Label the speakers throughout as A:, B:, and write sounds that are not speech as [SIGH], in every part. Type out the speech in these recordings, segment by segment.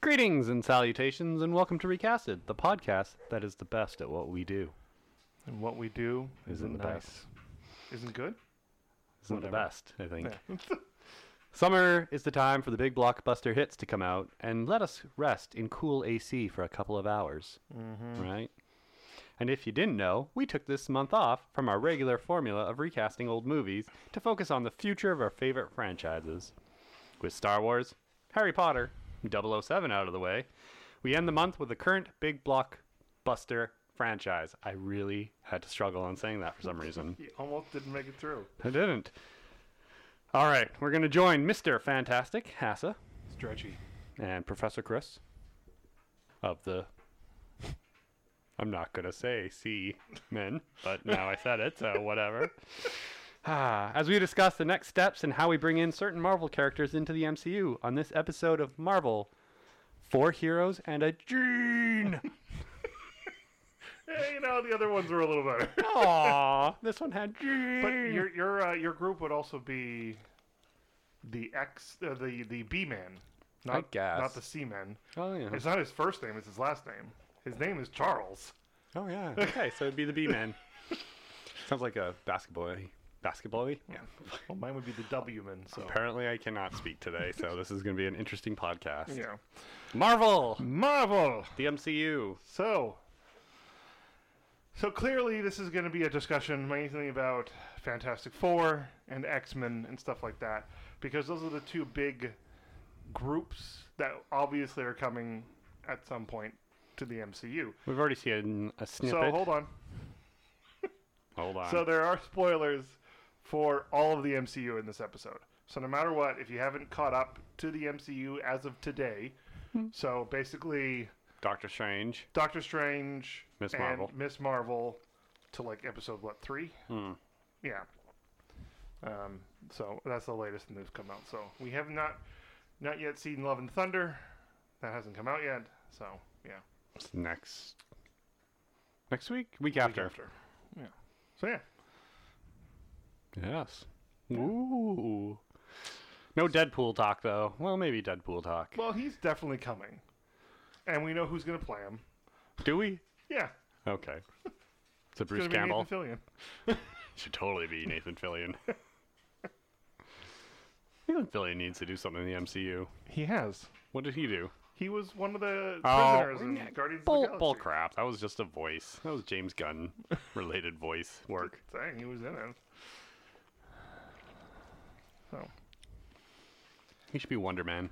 A: Greetings and salutations, and welcome to Recasted, the podcast that is the best at what we do.
B: And what we do
A: Isn't
B: isn't
A: the
B: nice.
A: best.
B: Isn't good?
A: Isn't the
B: Whatever.
A: best, I think.
B: Yeah. [LAUGHS]
A: Summer is the time for the big blockbuster hits to come out, and let us rest in cool AC for a couple of hours,
B: mm-hmm.
A: right? And if you didn't know, we took this month off from our regular formula of recasting old movies to focus on the future of our favorite franchises. With Star Wars, Harry Potter, 007 out of the way, we end the month with the current big blockbuster franchise. I really had to struggle on saying that for some reason.
B: He almost didn't make it through.
A: I didn't. All right, we're going to join Mr. Fantastic, Hassa,
B: Stretchy.
A: and Professor Chris of the. I'm not going to say C men, but now I said it, so whatever. Ah, As we discuss the next steps and how we bring in certain Marvel characters into the MCU on this episode of Marvel Four Heroes and a Gene.
B: Yeah, you know the other ones were a little [LAUGHS] better.
A: Aww, this one had Gene.
B: but your your uh, your group would also be the X, uh, the the B man. Not,
A: guess.
B: not the C man.
A: oh, yeah.
B: It's not his first name; it's his last name. His name is Charles.
A: Oh yeah. Okay, so it'd be the B man. [LAUGHS] Sounds like a basketball basketball
B: Yeah. Well, mine would be the W man. So.
A: Apparently I cannot speak today, so this is gonna be an interesting podcast.
B: Yeah.
A: Marvel!
B: Marvel.
A: The MCU.
B: So, so clearly this is going to be a discussion mainly about Fantastic Four and X Men and stuff like that, because those are the two big groups that obviously are coming at some point to the MCU.
A: We've already seen a snippet.
B: So hold on.
A: Hold on.
B: So there are spoilers for all of the MCU in this episode. So no matter what, if you haven't caught up to the MCU as of today, so basically
A: Doctor Strange.
B: Doctor Strange,
A: Miss
B: and
A: Marvel.
B: Miss Marvel, to like episode what three?
A: Hmm.
B: Yeah. Um, so that's the latest news come out. So we have not not yet seen Love and Thunder. That hasn't come out yet. So yeah.
A: It's next next week? Week
B: Week
A: after.
B: Yeah. So yeah.
A: Yes. Ooh. No Deadpool talk though. Well maybe Deadpool talk.
B: Well, he's definitely coming, and we know who's gonna play him.
A: Do we?
B: Yeah.
A: Okay. It's a
B: It's
A: Bruce
B: gonna
A: Campbell.
B: Be Nathan Fillion.
A: Should totally be Nathan Fillion. [LAUGHS] Nathan Fillion needs to do something in the MCU.
B: He has.
A: What did he do?
B: He was one of the
A: Oh,
B: prisoners in Guardians
A: Bull,
B: of the Galaxy.
A: bull crap. That was just a voice. That was James Gunn related voice work.
B: Dang, he was in it. So
A: He should be Wonder Man.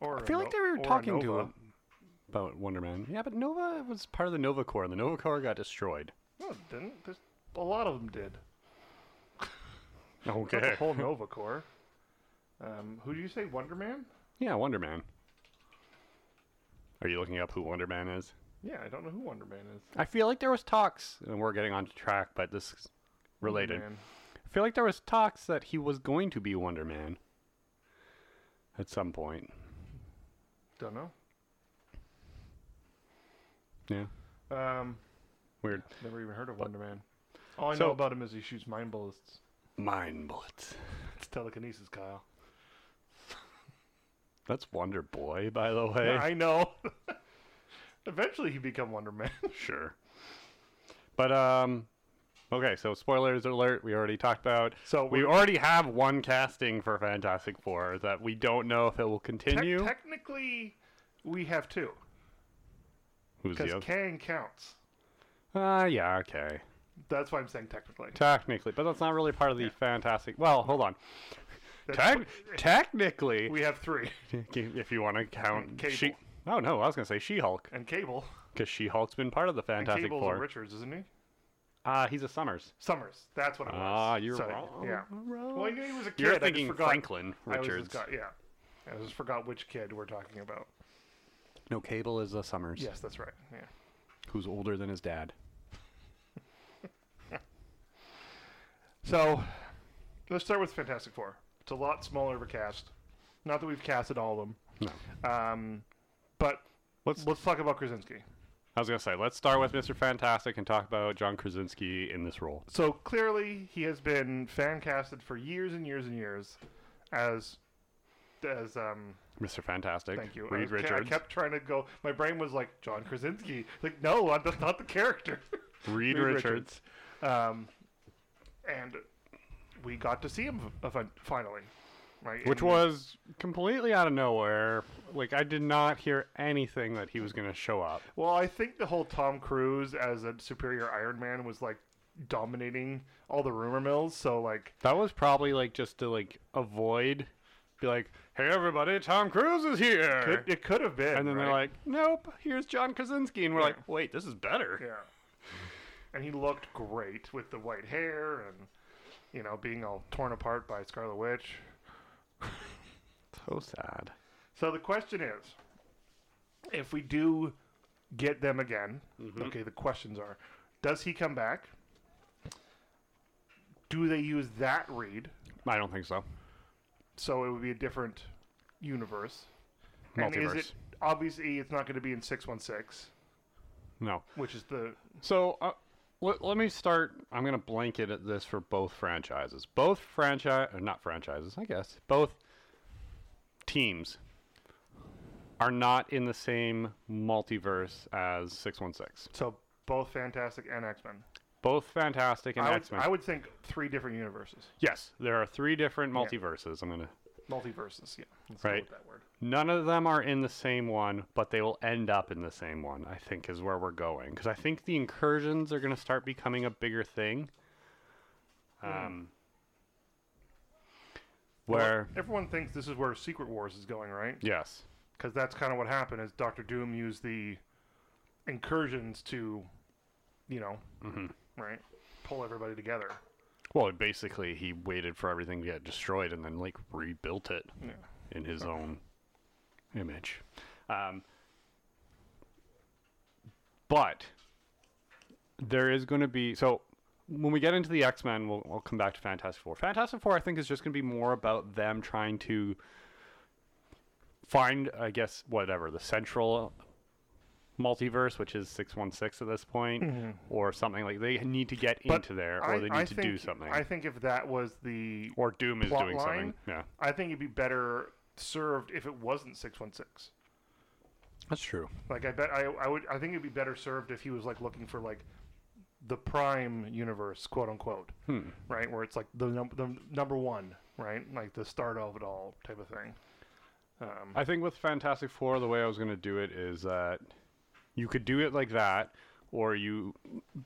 B: or
A: I feel
B: a
A: like
B: no-
A: they were
B: or a
A: talking to
B: Nova.
A: him about Wonder Man. Yeah, but Nova was part of the Nova Corps, and the Nova Corps got destroyed.
B: No, it didn't. There's, a lot of them did. Not
A: Okay. [LAUGHS]
B: the whole Nova Corps. Um, who do you say, Wonder Man?
A: Yeah, Wonder Man. Are you looking up who Wonder Man is?
B: Yeah, I don't know who Wonder Man is.
A: I feel like there was talks, and we're getting on track, but this is
B: Wonder
A: related.
B: Man.
A: I feel like there was talks that he was going to be Wonder Man at some point.
B: Don't know.
A: Yeah,
B: Um,
A: weird.
B: never even heard of Wonder Man. All I
A: So-
B: know about him is he shoots mind bullets. [LAUGHS]
A: Mind bullets.
B: It's telekinesis, Kyle.
A: That's Wonder Boy, by the way.
B: Yeah, I know. [LAUGHS] Eventually, he become Wonder Man. [LAUGHS]
A: [LAUGHS] Sure. But um, okay. So spoilers alert. We already talked about.
B: So
A: We
B: we're-
A: already have one casting for Fantastic Four that we don't know if it will
B: tec-
A: continue.
B: technically, we have two
A: Who's the
B: because
A: other?
B: Kang counts.
A: Ah, yeah. Okay.
B: That's why I'm saying technically.
A: Technically, but that's not really part of the Fantastic. Well, hold on.
B: That's-
A: Tec- technically,
B: we have three,
A: [LAUGHS] if you want to count
B: Cable.
A: she. Oh no, I was gonna say She-Hulk
B: and Cable.
A: because She-Hulk's been part of the
B: And
A: Fantastic
B: Cable's a
A: Four.
B: Richards, isn't he?
A: Ah, he's a Summers.
B: Summers. That's what it was.
A: Ah, you're
B: Sorry.
A: wrong.
B: Yeah.
A: Wrong.
B: Well, he was a kid.
A: You're
B: I just
A: thinking
B: forgot-
A: Franklin
B: I was
A: Richards.
B: Just got, yeah. I just forgot which kid we're talking about.
A: No, Cable is a Summers.
B: Yes, that's right. Yeah.
A: Who's older than his dad.
B: So, let's start with Fantastic Four. It's a lot smaller of a cast. Not that we've casted all of
A: No.
B: them. Um, but
A: Let's-
B: let's let's talk about Krasinski.
A: I was gonna say, let's start with Mr. Fantastic and talk about John Krasinski in this role.
B: So clearly, he has been fan casted for years and years and years as as um,
A: Mr. Fantastic.
B: Thank you.
A: Reed
B: I, was- I
A: Richards.
B: kept trying to go. My brain was like John Krasinski. Like no, that's not the character. [LAUGHS]
A: Reed,
B: Reed
A: Richards.
B: um, and we got to see him f- f- finally, right?
A: Which
B: And
A: was completely out of nowhere. Like, I did not hear anything that he was going to show up.
B: well, I think the whole Tom Cruise as a superior Iron Man was like dominating all the rumor mills. So like,
A: That was probably, like, just to, like, avoid, be like, hey, everybody, Tom Cruise is here.
B: could, it could have been.
A: and then they're
B: right?
A: like, nope, here's John Krasinski. And we're
B: Yeah.
A: like, wait, this is better.
B: Yeah. And he looked great with the white hair and, you know, being all torn apart by Scarlet Witch.
A: So sad.
B: So the question is if we do get them again, okay, the questions are does he come back? Do they use that read?
A: I don't think so.
B: So it would be a different universe. And is
A: Multiverse.
B: it obviously it's not going to be in 616,
A: No.
B: which is the
A: So uh, let, let me start. I'm going to blanket at this for both franchises. Both franchise, or not franchises, I guess. Both teams are not in the same multiverse as 616.
B: so both Fantastic and X-Men.
A: Both Fantastic and
B: I would,
A: X Men.
B: I would think three different universes.
A: Yes, there are three different multiverses. I'm going to.
B: Multiverses, yeah. Let's
A: Right.
B: Go with that word.
A: None of them are in the same one, but they will end up in the same one, I think, is where we're going. Because I think the incursions are going to start becoming a bigger thing. Um, Where,
B: Well, everyone thinks this is where Secret Wars is going, right?
A: yes,
B: Because that's kind of what happened. Is Doctor Doom used the incursions to, you know,
A: Mm-hmm.
B: right, pull everybody together.
A: well, basically, he waited for everything to get destroyed and then, like, rebuilt it
B: Yeah.
A: in his own image. Um, but there is going to be so when we get into the X Men, we'll, we'll come back to Fantastic Four. Fantastic Four, I think, is just going to be more about them trying to find, I guess, whatever the central multiverse, which is six one six at this point, or something like they need to get
B: Mm-hmm. But
A: into there, or
B: I,
A: they need
B: I
A: to
B: think,
A: do something,
B: I think if that was the,
A: or Doom is
B: plot
A: doing something.
B: line-
A: Yeah,
B: I think it'd be better served if it wasn't six one six.
A: that's true.
B: Like I bet I, I would I think it'd be better served if he was like looking for like the prime universe, quote unquote,
A: Hmm.
B: right? Where it's like the, num- the number one, right? Like the start of it all type of thing. Um,
A: I think with Fantastic Four, the way I was going to do it is that you could do it like that, or you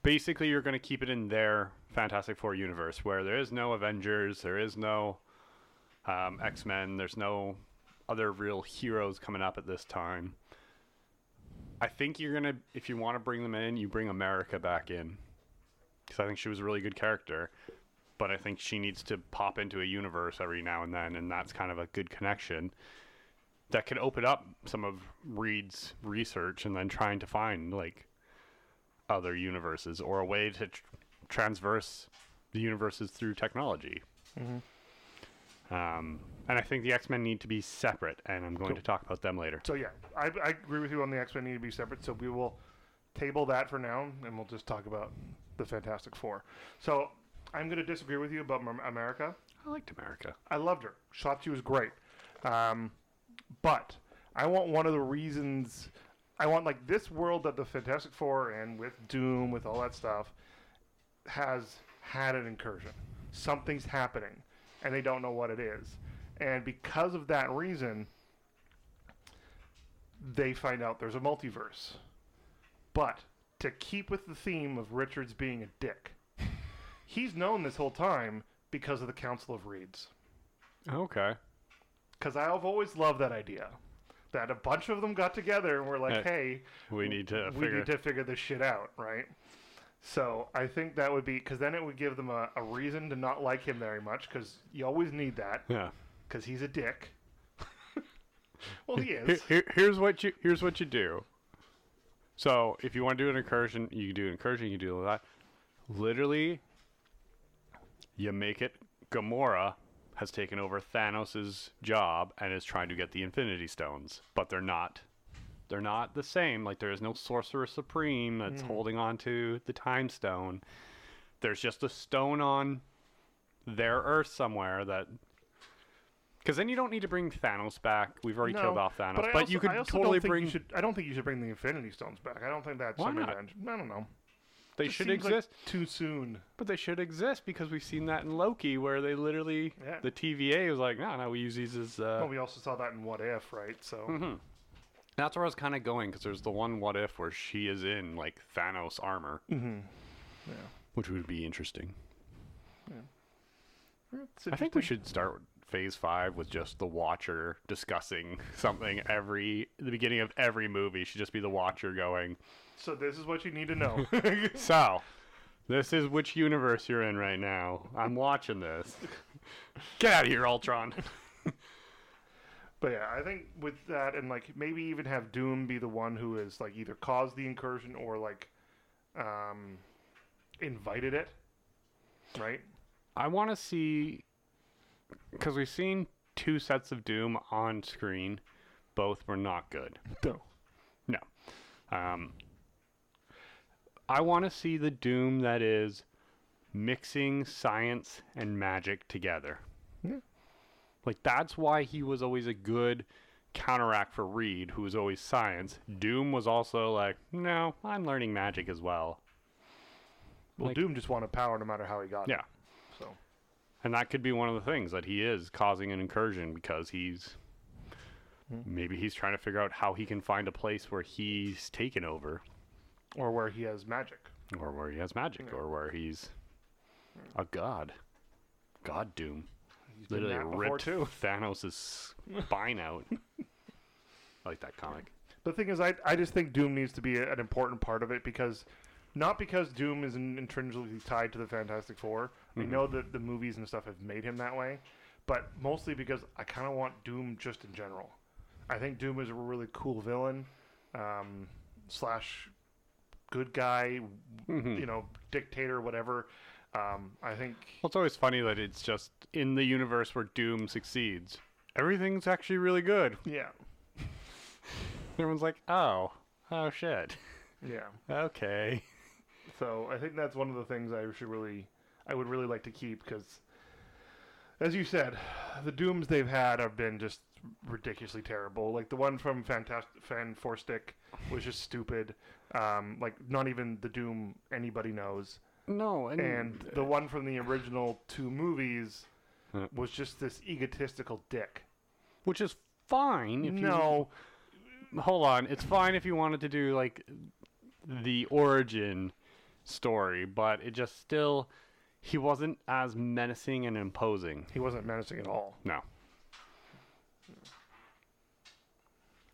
A: basically you're going to keep it in their Fantastic Four universe where there is no Avengers, there is no um, X Men, there's no other real heroes coming up at this time. I think you're gonna, if you want to bring them in, you bring America back in, because I think she was a really good character, but I think she needs to pop into a universe every now and then, and that's kind of a good connection that could open up some of Reed's research and then trying to find like other universes or a way to tr- transverse the universes through technology. Um, and I think the X Men need to be separate, and I'm going to talk about them later.
B: so yeah, I, I agree with you on the X Men need to be separate. So we will table that for now, and we'll just talk about the Fantastic Four. So I'm going to disagree with you about Mar- America.
A: I liked America.
B: I loved her. She thought she was great. Um, but I want one of the reasons. I want like this world that the Fantastic Four and with Doom with all that stuff has had an incursion. Something's happening, and they don't know what it is. And because of that reason, they find out there's a multiverse. But to keep with the theme of Richards being a dick, he's known this whole time because of the Council of Reeds
A: Okay.
B: because I've always loved that idea that a bunch of them got together and were like,
A: Yeah.
B: "Hey,
A: We need to
B: we
A: figure.
B: need to figure this shit out," right? So I think that would be because then it would give them a, a reason to not like him very much because you always need that
A: [LAUGHS] yeah.
B: because he's a dick. [LAUGHS] well, he
A: Here, [LAUGHS]
B: is.
A: here, here's what you here's what you do. So if you want to do an incursion, you can do an incursion. You can do that. Literally, you make it. Gamora has taken over Thanos' job and is trying to get the Infinity Stones, but they're not. They're not the same. Like there is no Sorcerer Supreme that's
B: Hmm.
A: holding on to the Time Stone. There's just a stone on their Earth somewhere that Because then you don't need to bring Thanos back. We've already
B: No,
A: killed off Thanos. But,
B: I also-
A: you could
B: I also
A: totally
B: don't think
A: bring.
B: You should, I don't think you should bring the Infinity Stones back. I don't think that's
A: Why
B: some
A: not?
B: revenge. I don't know.
A: they
B: Just
A: should
B: seems like
A: exist,
B: too soon.
A: but they should exist because we've seen that in Loki, where they literally
B: Yeah.
A: the TVA was like, no, no, we use these as. Uh, Mm-hmm.
B: Well, we also saw that in What If, right? So
A: That's where I was kind of going because there's the one what if where she is in like Thanos armor,
B: Mm-hmm. yeah.
A: which would be interesting.
B: It's
A: I think we
B: interesting.
A: should start with phase five with just the Watcher discussing [LAUGHS] something every the beginning of every movie should just be the Watcher going.
B: So this is what you need to know.
A: [LAUGHS] So, this is which universe you're in right now. I'm watching this. [LAUGHS] Get out of here, Ultron.
B: But yeah, I think with that and like maybe even have Doom be the one who is like either caused the incursion or like um invited it. Right?
A: I want to see because we've seen two sets of Doom on screen. Both were not good.
B: No.
A: [LAUGHS] No. Um, I want to see the Doom that is mixing science and magic together.
B: Yeah.
A: Like, that's why he was always a good counteract for Reed, who was always science. Doom was also like, no, I'm learning magic as well.
B: Well
A: Like-
B: Doom just wanted power no matter how he got
A: Yeah.
B: it. So
A: And that could be one of the things that he is causing an incursion because he's. Maybe he's trying to figure out how he can find a place where he's taken over.
B: or where he has magic.
A: or where he has magic,
B: Yeah.
A: or where he's a god. God Doom
B: He's done
A: literally
B: that before
A: ripped
B: too. [LAUGHS]
A: Thanos' spine out. I like that comic.
B: The thing is I I just think Doom needs to be a- an important part of it because not because Doom is in- intrinsically tied to the Fantastic 4 I know that the movies and stuff have made him that way, but mostly because I kind of want Doom just in general. I think Doom is a really cool villain, um, slash good guy, you know, dictator, whatever. Um, I think
A: Well, it's always funny that it's just in the universe where Doom succeeds, everything's actually really good. [LAUGHS]
B: yeah,
A: Everyone's like, oh, oh shit, [LAUGHS]
B: yeah.
A: okay.
B: So I think that's one of the things I should really, I would really like to keep because, as you said, the dooms they've had have been just ridiculously terrible. Like the one from Fantastic Fan Four Stick was just stupid. Um, like not even the Doom anybody knows,
A: No, and,
B: and the one from the original two movies
A: Yeah.
B: was just this egotistical dick.
A: which is fine. If
B: no,
A: you, hold on, it's fine if you wanted to do like the origin story, but it just still he wasn't as menacing and imposing.
B: he wasn't menacing at all.
A: No.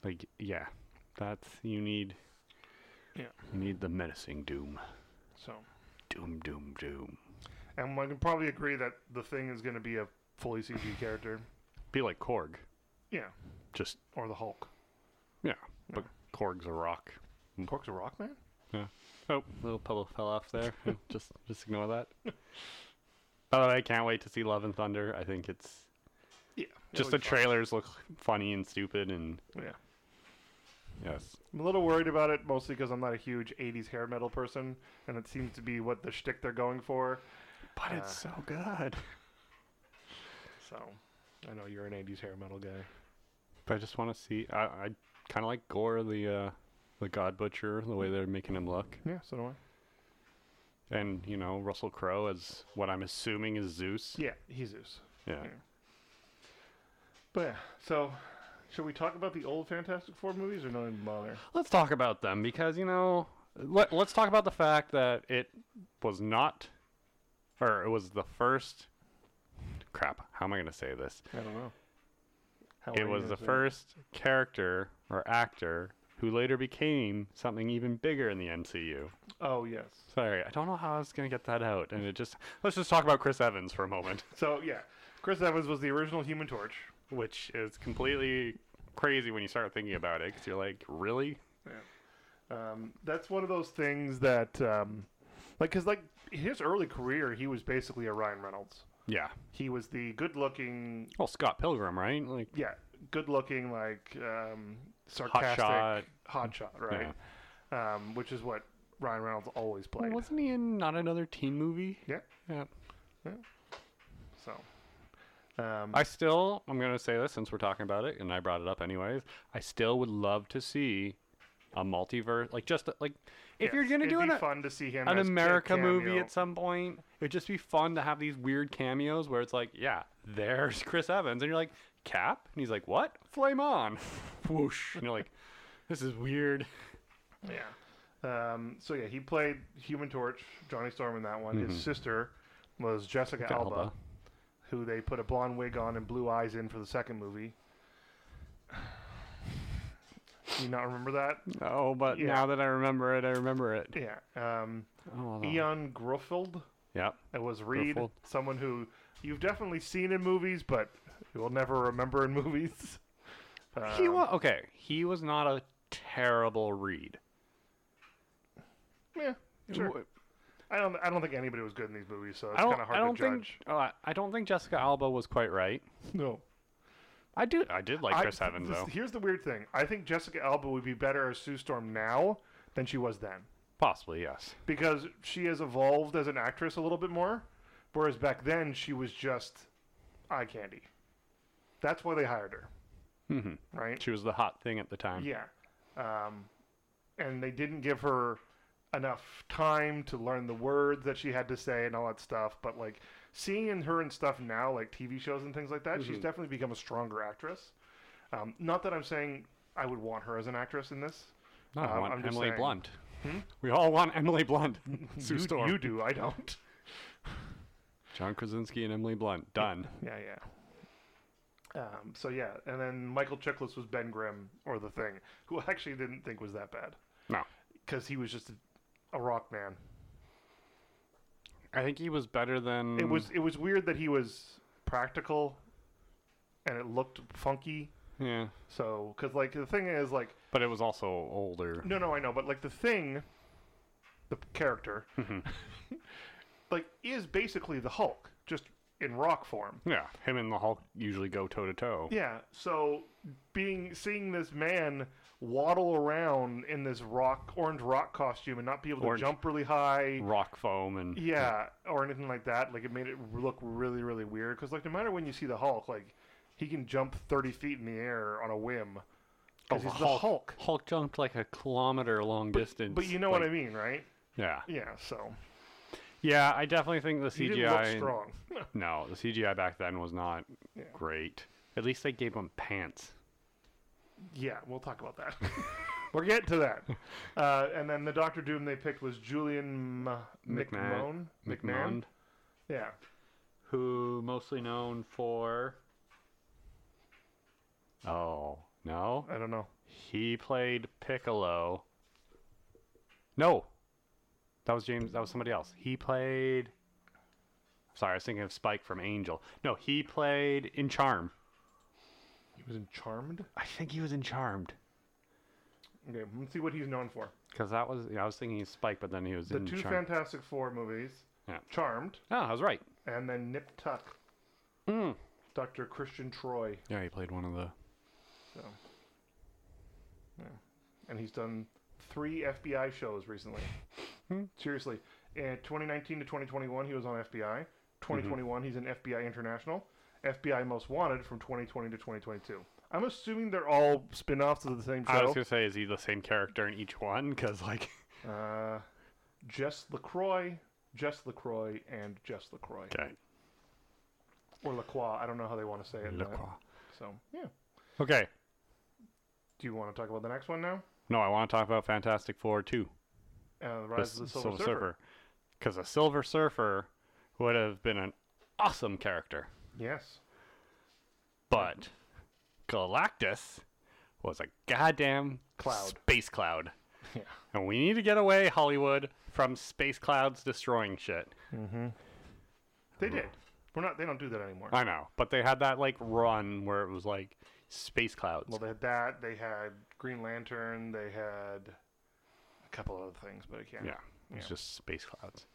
A: Like yeah, that's you need.
B: Yeah.
A: You need the menacing doom,
B: So,
A: doom, doom, doom.
B: and one can probably agree that the thing is going to be a fully CG character.
A: Be like Korg,
B: Yeah,
A: just
B: or the Hulk.
A: yeah, but Korg's a rock.
B: Cork's a rock man.
A: Oh, little pillow fell off there. [LAUGHS] just just ignore that. By the way, I can't wait to see Love and Thunder. I think it's
B: Yeah.
A: just the
B: it'll be fine.
A: trailers look funny and stupid and
B: Yeah.
A: yes.
B: I'm a little worried about it, mostly because I'm not a huge '80s hair metal person, and it seems to be what the shtick they're going for.
A: But it's so good.
B: So, I know you're an '80s hair metal guy.
A: But I just want to see. I, I kind of like Gore, the uh, the God Butcher, the way they're making him look,
B: Yeah, so do I.
A: and you know Russell Crowe as what I'm assuming is Zeus.
B: Yeah, he's Zeus.
A: Yeah.
B: yeah. But yeah, so should we talk about the old Fantastic Four movies or not even bother?
A: Let's talk about them because you know let, let's talk about the fact that it was not, or it was the first. Crap! How am I going to say this?
B: I don't know. How are
A: It
B: you
A: was
B: gonna
A: the
B: say
A: first character or actor who later became something even bigger in the MCU.
B: Oh yes.
A: Sorry, I don't know how I was gonna get that out, and it just let's just talk about Chris Evans for a moment, [LAUGHS]
B: So yeah, Chris Evans was the original Human Torch.
A: which is completely crazy when you start thinking about it, because you're like, really?
B: Um, that's one of those things that, um, like, because like his early career, he was basically a Ryan Reynolds.
A: Yeah.
B: He was the good-looking,
A: Well, Scott Pilgrim, right? Like,
B: yeah, good-looking, like um, sarcastic
A: Hotshot.
B: hotshot, right? Um, which is what Ryan Reynolds always played.
A: wasn't he in not another teen movie?
B: Yeah.
A: Yeah.
B: So Um,
A: I still, I'm going to say this since we're talking about it, and I brought it up anyways. I still would love to see a multiverse, like just like if you're
B: yes,
A: going to
B: it'd
A: do an,
B: be
A: uh,
B: fun to see him
A: an
B: as a
A: America movie
B: cameo.
A: at some point, it'd just be fun to have these weird cameos where it's like, yeah, there's Chris Evans, and you're like, Cap, and he's like, what? Flame on, [LAUGHS] whoosh, and you're like, this is weird.
B: yeah. Um, so yeah, he played Human Torch, Johnny Storm in that one. His sister was Jessica Alba,
A: Mm-hmm. Alba.
B: who they put a blonde wig on and blue eyes in for the second movie. [SIGHS] Do you not remember that?
A: Oh, but
B: Yeah.
A: now that I remember it, I remember
B: [LAUGHS]
A: it.
B: Yeah. Um,
A: Oh,
B: Eon Gruffudd
A: Yep.
B: It was Reed,
A: Gruffudd.
B: someone who you've definitely seen in movies, but you will never remember in
A: [LAUGHS]
B: movies.
A: he
B: Um,
A: was okay. He was not a terrible read.
B: Yeah, sure.
A: W-
B: I don't. I don't think anybody was good in these movies, so it's
A: I don't.
B: kind of hard
A: I don't
B: to
A: think.
B: judge.
A: oh, I- I don't think Jessica Alba was quite right.
B: No,
A: I do. I did like
B: I-
A: Chris Evans
B: this-
A: though.
B: Here's the weird thing: I think Jessica Alba would be better as Sue Storm now than she was then,
A: [LAUGHS] Possibly yes.
B: because she has evolved as an actress a little bit more, whereas back then she was just eye candy. That's why they hired her,
A: hmm
B: right?
A: She was the hot thing at the time.
B: Yeah. Um, and they didn't give her enough time to learn the words that she had to say and all that stuff. But like seeing in her and stuff now, like TV shows and things like that,
A: Mm-hmm.
B: she's definitely become a stronger actress. Um, not that I'm saying I would want her as an actress in this.
A: No, I
B: Um,
A: want
B: I'm just
A: Emily
B: saying. Hmm?
A: Blunt. We all want Emily Blunt. [LAUGHS] Sue
B: you,
A: Storm.
B: you do, I don't. [LAUGHS]
A: John Krasinski and Emily Blunt. Done.
B: yeah, yeah. Um, so yeah, and then Michael Chiklis was Ben Grimm or the Thing, who I actually didn't think was that bad
A: No.
B: because he was just a, a rock man.
A: I think he was better than.
B: It was it was weird that he was practical, and it looked funky.
A: Yeah.
B: So, because like the thing is like
A: But it was also older.
B: no no I know but like the thing, the character, [LAUGHS] like is basically the Hulk just in rock form.
A: Yeah. Him and the Hulk usually go toe to toe.
B: Yeah. So being seeing this man waddle around in this rock orange rock costume and not be able to
A: Orange.
B: jump really high.
A: Rock foam and.
B: Yeah, or anything like that. Like it made it look really, really weird. Because like no matter when you see the Hulk, like he can jump thirty feet in the air on a whim.
A: Oh,
B: Because he's the Hulk.
A: Hulk jumped like a kilometer long distance.
B: But you know what I mean, right?
A: Yeah.
B: Yeah. So
A: Yeah, I definitely think the
B: he didn't look
A: CGI.
B: strong. [LAUGHS]
A: No, the CGI back then was not
B: Yeah.
A: great. At least they gave him pants.
B: yeah, we'll talk about [LAUGHS] that. We're getting to that. Uh, and then the Doctor Doom they picked was Julian M- McMahon.
A: McMahon.
B: McMahon. Yeah.
A: who mostly known for. Oh no,
B: I don't know.
A: he played Piccolo. No, that was James. That was somebody else. He played. Sorry, I was thinking of Spike from Angel. No, he played in Charm.
B: He was in Charmed.
A: I think he was in Charmed.
B: Okay, let's see what he's known for.
A: Because that was, yeah, I was thinking he's Spike, but then he was
B: The
A: in
B: two
A: Charmed.
B: Fantastic Four movies,
A: Yeah.
B: Charmed,
A: Oh, I was right.
B: and then Nip Tuck,
A: Mm.
B: Doctor Christian Troy.
A: Yeah, he played one of the.
B: So, yeah. and he's done three FBI shows recently.
A: Hmm.
B: Seriously, in 2019 to 2021, he was on FBI. 2021, he's in FBI International. FBI Most Wanted from 2020 to 2022. I'm assuming they're all spin-offs of the same
A: I was
B: show.
A: gonna say, is he the same character in each one? Because like, [LAUGHS]
B: Uh, Jess LaCroix, Jess LaCroix, and Jess LaCroix.
A: okay,
B: Or LaCroix, I don't know how they want to say it. but- So, yeah.
A: Okay,
B: Do you want to talk about the next one now?
A: no, I want to talk about Fantastic Four too.
B: Uh, the Rise of the Silver, Surfer.
A: Because a Silver Surfer would have been an awesome character,
B: Yes.
A: but Galactus was a goddamn
B: Cloud.
A: space cloud,
B: [LAUGHS] Yeah.
A: and we need to get away Hollywood from space clouds destroying shit.
B: They
A: Mm-hmm.
B: did. We're not. They don't do that anymore.
A: I know, but they had that like run where it was like space clouds.
B: Well, they had that. They had Green Lantern. They had a couple other things, but I can't.
A: Yeah, it was
B: Yeah.
A: just space clouds.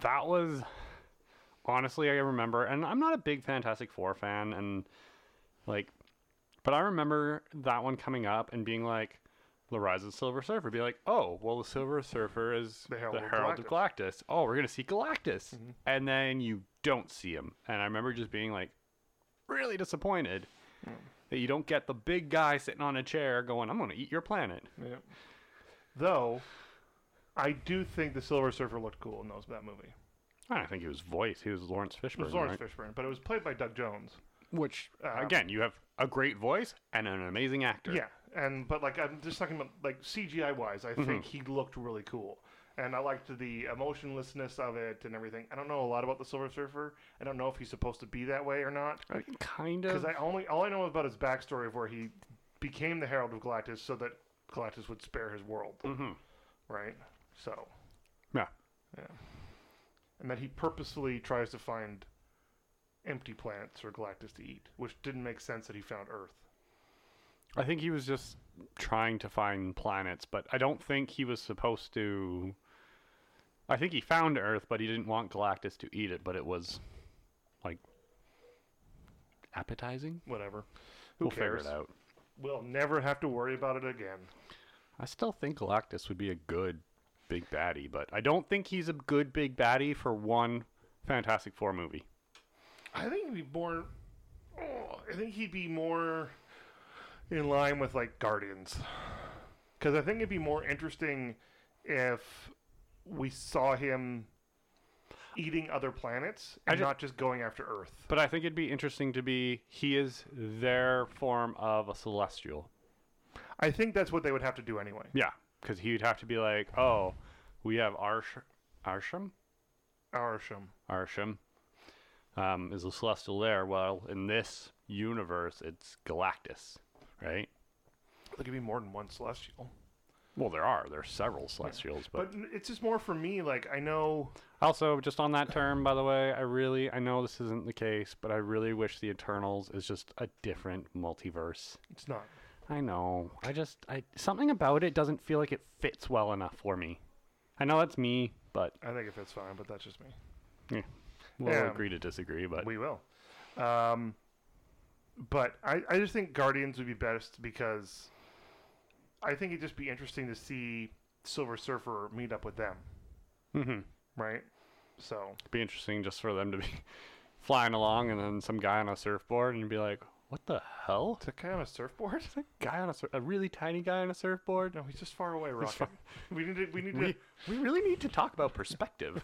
A: That was honestly, I remember, and I'm not a big Fantastic Four fan, and like, but I remember that one coming up and being like, "The Rise of the Silver Surfer." Be like, "Oh, well, the Silver Surfer is
B: The
A: the
B: Herald
A: Herald,
B: of Mm-hmm.
A: of Galactus. Oh, we're gonna see Galactus," and then you don't see him, and I remember just being like, really disappointed
B: Mm.
A: that you don't get the big guy sitting on a chair going, "I'm going to eat your planet."
B: Yeah. Though, I do think the Silver Surfer looked cool in those that movie.
A: I don't think he was voice. He was Lawrence Fishburne,
B: It was Lawrence
A: right?
B: Fishburne, but it was played by Doug Jones.
A: Which uh,
B: Um,
A: again, you have a great voice and an amazing actor.
B: Yeah, and but like I'm just talking about like CGI wise, I
A: Mm-hmm.
B: think he looked really cool, and I liked the emotionlessness of it and everything. I don't know a lot about the Silver Surfer. I don't know if he's supposed to be that way or not
A: Uh, kind
B: because
A: of.
B: I only all I know about his backstory of where he became the Herald of Galactus so that Galactus would spare his world,
A: hmm
B: right? So
A: Yeah.
B: and that he purposefully tries to find empty planets for Galactus to eat, which didn't make sense that he found Earth.
A: I think he was just trying to find planets, but I don't think he was supposed to. I think he found Earth, but he didn't want Galactus to eat it, but it was like appetizing.
B: Whatever. Who
A: we'll
B: cares?
A: figure it out.
B: We'll never have to worry about it again.
A: I still think Galactus would be a good big baddie, but I don't think he's a good big baddie for one Fantastic Four movie.
B: I think he'd be more. oh, I think he'd be more in line with like Guardians, because I think it'd be more interesting if we saw him eating other planets
A: I
B: and
A: ju-
B: not just going after Earth.
A: But I think it'd be interesting to be he is their form of a celestial.
B: I think that's what they would have to do anyway.
A: Yeah, because he'd have to be like, oh, we have Arsh- Arsham.
B: Arsham.
A: Arsham um, is a celestial there. Well, in this universe, it's Galactus, right?
B: There could be more than one celestial,
A: Well, there are. There are several celestials, but
B: but it's just more for me. Like I know
A: Also, just on that term, by the way, I really, I know this isn't the case, but I really wish the Eternals is just a different multiverse.
B: it's not.
A: I know. I just, I something about it doesn't feel like it fits well enough for me. I know that's me, but
B: I think it fits fine, but that's just me.
A: eh, we'll
B: Yeah.
A: agree to disagree. But
B: We will. Um, but I, I just think Guardians would be best because I think it'd just be interesting to see Silver Surfer meet up with them,
A: hmm
B: right? So
A: be interesting just for them to be [LAUGHS] flying along and then some guy on a surfboard and you'd be like, what the hell?
B: it's a guy on a surfboard.
A: Is that guy on a sur- a really tiny guy on a surfboard?
B: No, he's just far away, Rocket.
A: far-
B: [LAUGHS] We need to. We need
A: We,
B: to.
A: we really need to talk about perspective.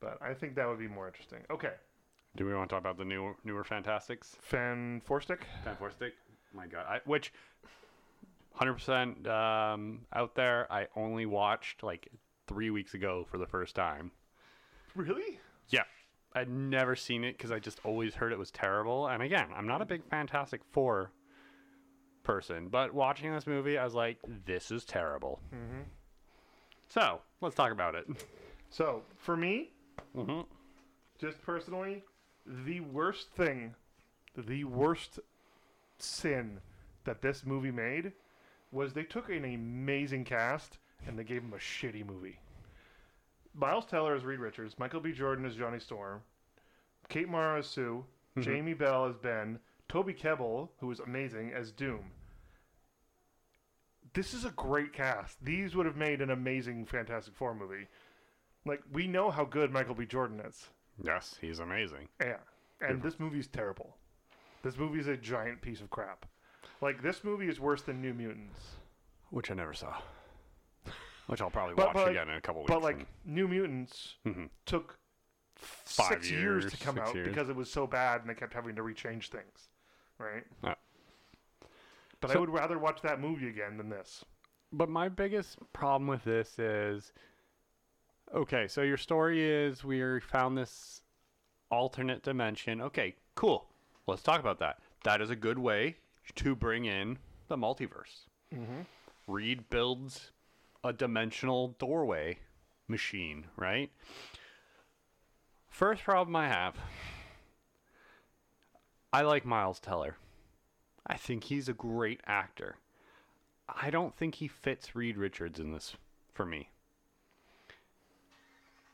B: But I think that would be more interesting. Okay,
A: [LAUGHS] Do we want to talk about the new newer Fantastics?
B: Fan Forstick.
A: Ten four stick. My God, I, which hundred percent um, out there. I only watched like three weeks ago for the first time.
B: Really?
A: Yeah, I'd never seen it because I just always heard it was terrible. And again, I'm not a big Fantastic Four person, but watching this movie, I was like, this is terrible. Mm-hmm. So let's talk about it.
B: So for me,
A: Mm-hmm.
B: just personally, the worst thing, the worst sin that this movie made was they took an amazing cast and they gave him a shitty movie. Miles Teller is Reed Richards, Michael B. Jordan is Johnny Storm, Kate Mara is Sue, Jamie Bell as Ben, Toby Kebbell, who is amazing, as Doom. This is a great cast. These would have made an amazing Fantastic Four movie. Like, we know how good Michael B. Jordan is.
A: Yes, he's amazing.
B: Yeah. And this movie's terrible. This movie's a giant piece of crap. Like this movie is worse than New Mutants.
A: Which I never saw. Which I'll probably
B: But-
A: watch
B: but, like-
A: again in a couple weeks.
B: But like
A: and-
B: New Mutants
A: Mhm.
B: took
A: Five
B: six years, to
A: years,
B: come
A: six
B: out
A: years.
B: because it was so bad and they kept having to rechange things. Right?
A: Yeah.
B: But I
A: So-
B: would rather watch that movie again than this.
A: But my biggest problem with this is okay, so your story is we are- found this alternate dimension. Okay, cool. Let's talk about that. That is a good way to bring in the multiverse. Mm-hmm. Reed builds a dimensional doorway machine, right? First problem I have I like Miles Teller. I think he's a great actor. I don't think he fits Reed Richards in this for me.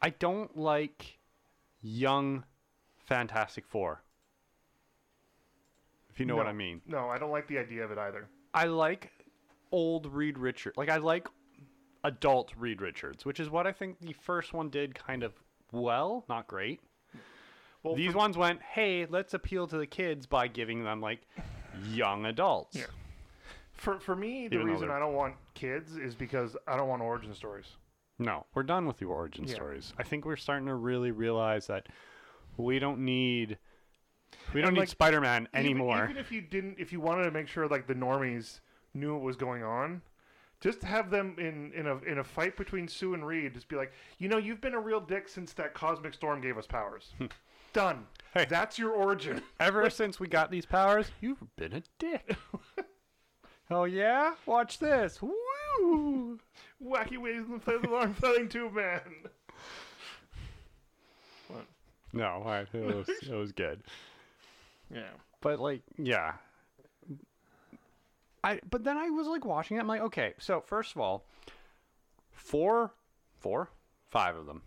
A: I don't like young Fantastic Four. If you know what
B: No.
A: I mean.
B: No, I don't like the idea of it either.
A: I like old Reed Richards. Like I like adult Reed Richards, which is what I think the first one did kind of well, not great.
B: Well,
A: These
B: for-
A: ones went, hey, let's appeal to the kids by giving them like young adults.
B: Yeah. For, for me, the
A: Even though
B: reason
A: they're-
B: I don't want kids is because I don't want origin stories.
A: No, we're done with your origin
B: Yeah.
A: stories. I think we're starting to really realize that we don't need we don't
B: And,
A: need
B: like,
A: Spider-Man
B: Even-
A: anymore.
B: Even, [LAUGHS] if you didn't, if you wanted to make sure like the normies knew what was going on, just have them in in a in a fight between Sue and Reed. Just be like, you know, you've been a real dick since that cosmic storm gave us powers. Done.
A: Hmm. Hey.
B: That's your origin. [LAUGHS]
A: Ever since we got these powers, you've been a dick. oh yeah, watch this. Woo!
B: Wacky ways and play the long [LAUGHS] flying tube man. What?
A: No, I, it
B: [LAUGHS]
A: was it was good,
B: Yeah.
A: but like yeah. I but then I was like watching it. I'm like, okay, so first of all, four, four, five of them.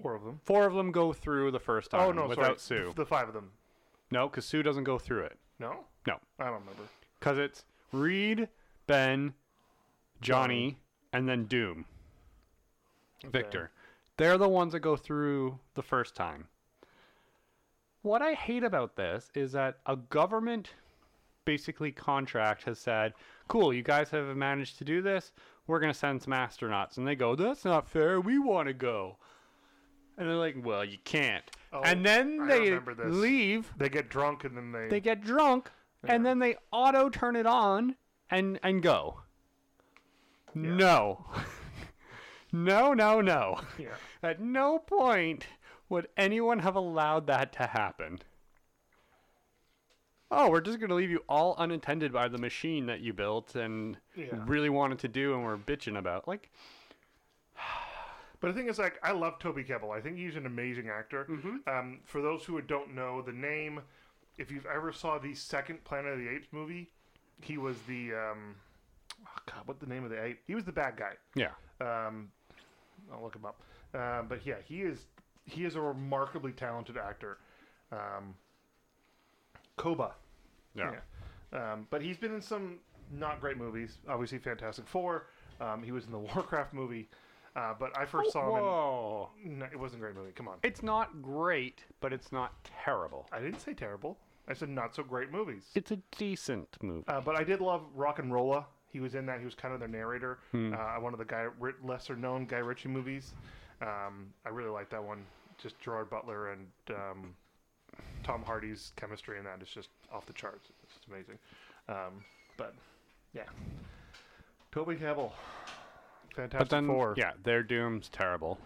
B: Four of them.
A: Four of them go through the first time
B: oh no,
A: Um, without
B: sorry.
A: Sue.
B: The five of them.
A: No, because Sue doesn't go through it.
B: No,
A: No,
B: I don't remember.
A: because it's Reed, Ben, Johnny, and then Doom, Victor. They're the ones that go through the first time. What I hate about this is that a government basically contract has said, cool, you guys have managed to do this. We're going to send some astronauts. And they go, that's not fair. We want to go. And they're like, well, you can't.
B: Oh,
A: and then
B: I
A: they
B: remember this.
A: leave
B: They get drunk and then they.
A: they get drunk and then they auto turn it on and and go no [LAUGHS] no no no
B: yeah.
A: at no point would anyone have allowed that to happen oh we're just going to leave you all unattended by the machine that you built and
B: Yeah.
A: really wanted to do and were bitching about like
B: But the thing is, like, I love Toby Kebbell. I think he's an amazing actor. Um, for those who don't know the name, if you've ever saw the second Planet of the Apes movie, he was the um, oh God, what the name of the ape? He was the bad guy.
A: yeah
B: Um, I'll look him up. Uh, but yeah, he is he is a remarkably talented actor. Um, Koba.
A: yeah,
B: Yeah. Um, but he's been in some not great movies. Obviously, Fantastic Four. Um, he was in the [LAUGHS] Warcraft movie. Uh, but I first saw him.
A: Oh,
B: in-
A: whoa
B: no, it wasn't a great movie. Come on.
A: it's not great but it's not terrible
B: I didn't say terrible. I said not so great movies.
A: it's a decent movie
B: Uh, but I did love Rock and Rolla. He was in that. He was kind of their narrator.
A: Hmm.
B: Uh, one of the guy ri- lesser known Guy Ritchie movies. Um, I really like that one. Just Gerard Butler and um, Tom Hardy's chemistry in that is just off the charts. It's just amazing. Um, but yeah, Toby Kebbell, Fantastic
A: But then,
B: Four. Mm-hmm.
A: yeah, their doom's terrible.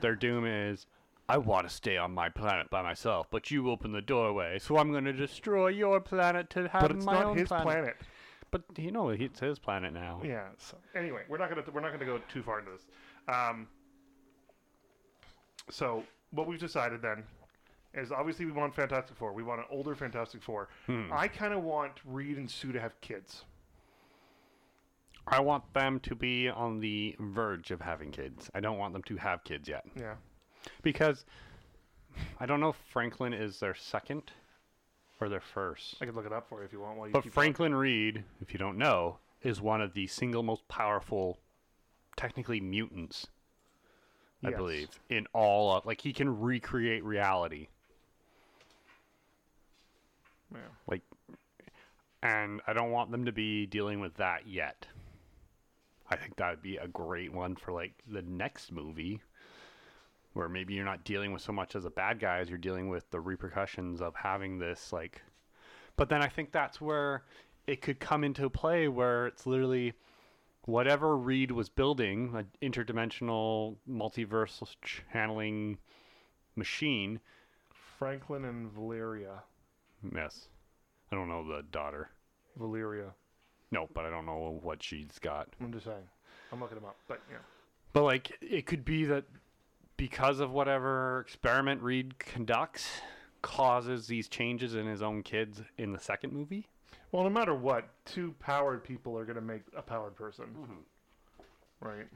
A: Their doom is, I want to stay on my planet by myself, but you open the doorway, so I'm going to destroy your planet to have
B: but it's
A: my
B: not
A: own
B: his
A: planet.
B: planet.
A: But you know, it's his planet now.
B: Yeah. So anyway, we're not gonna we're not gonna go too far into this. Um, so what we've decided then is obviously we want Fantastic Four. We want an older Fantastic Four.
A: Hmm.
B: I kind of want Reed and Sue to have kids.
A: I want them to be on the verge of having kids. I don't want them to have kids yet
B: Yeah.
A: because I don't know if Franklin is their second or their first.
B: I can look it up for you if you want. While you
A: But
B: keep
A: Franklin Reed, if you don't know, is one of the single most powerful, technically mutants, I
B: Yes.
A: believe, in all of like he can recreate reality,
B: Yeah.
A: like, and I don't want them to be dealing with that yet. I think that would be a great one for like the next movie, where maybe you're not dealing with so much as a bad guy as you're dealing with the repercussions of having this like But then I think that's where it could come into play where it's literally whatever Reed was building, an interdimensional multiverse channeling machine.
B: Franklin and Valeria.
A: Yes. I don't know the daughter.
B: Valeria.
A: No, but I don't know what she's got.
B: I'm just saying. I'm looking them up. But yeah.
A: But like it could be that because of whatever experiment Reed conducts causes these changes in his own kids in the second movie.
B: Well, no matter what, two powered people are gonna make a powered person.
A: Mm-hmm.
B: Right.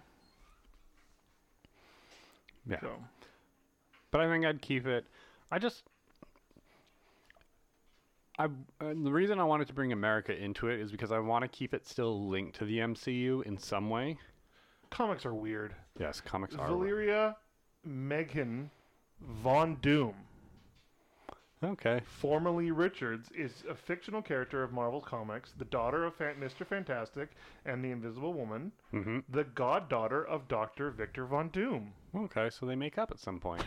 A: Yeah.
B: So.
A: but I think I'd keep it. I just, I and the reason I wanted to bring America into it is because I want to keep it still linked to the MCU in some way.
B: Comics are weird.
A: Yes, comics are.
B: Valeria Megan Von Doom.
A: Okay.
B: Formerly Richards is a fictional character of Marvel Comics, the daughter of Fan- Mr. Fantastic and the Invisible Woman,
A: hmm
B: the goddaughter of Dr. Victor Von Doom.
A: Okay, so they make up at some point.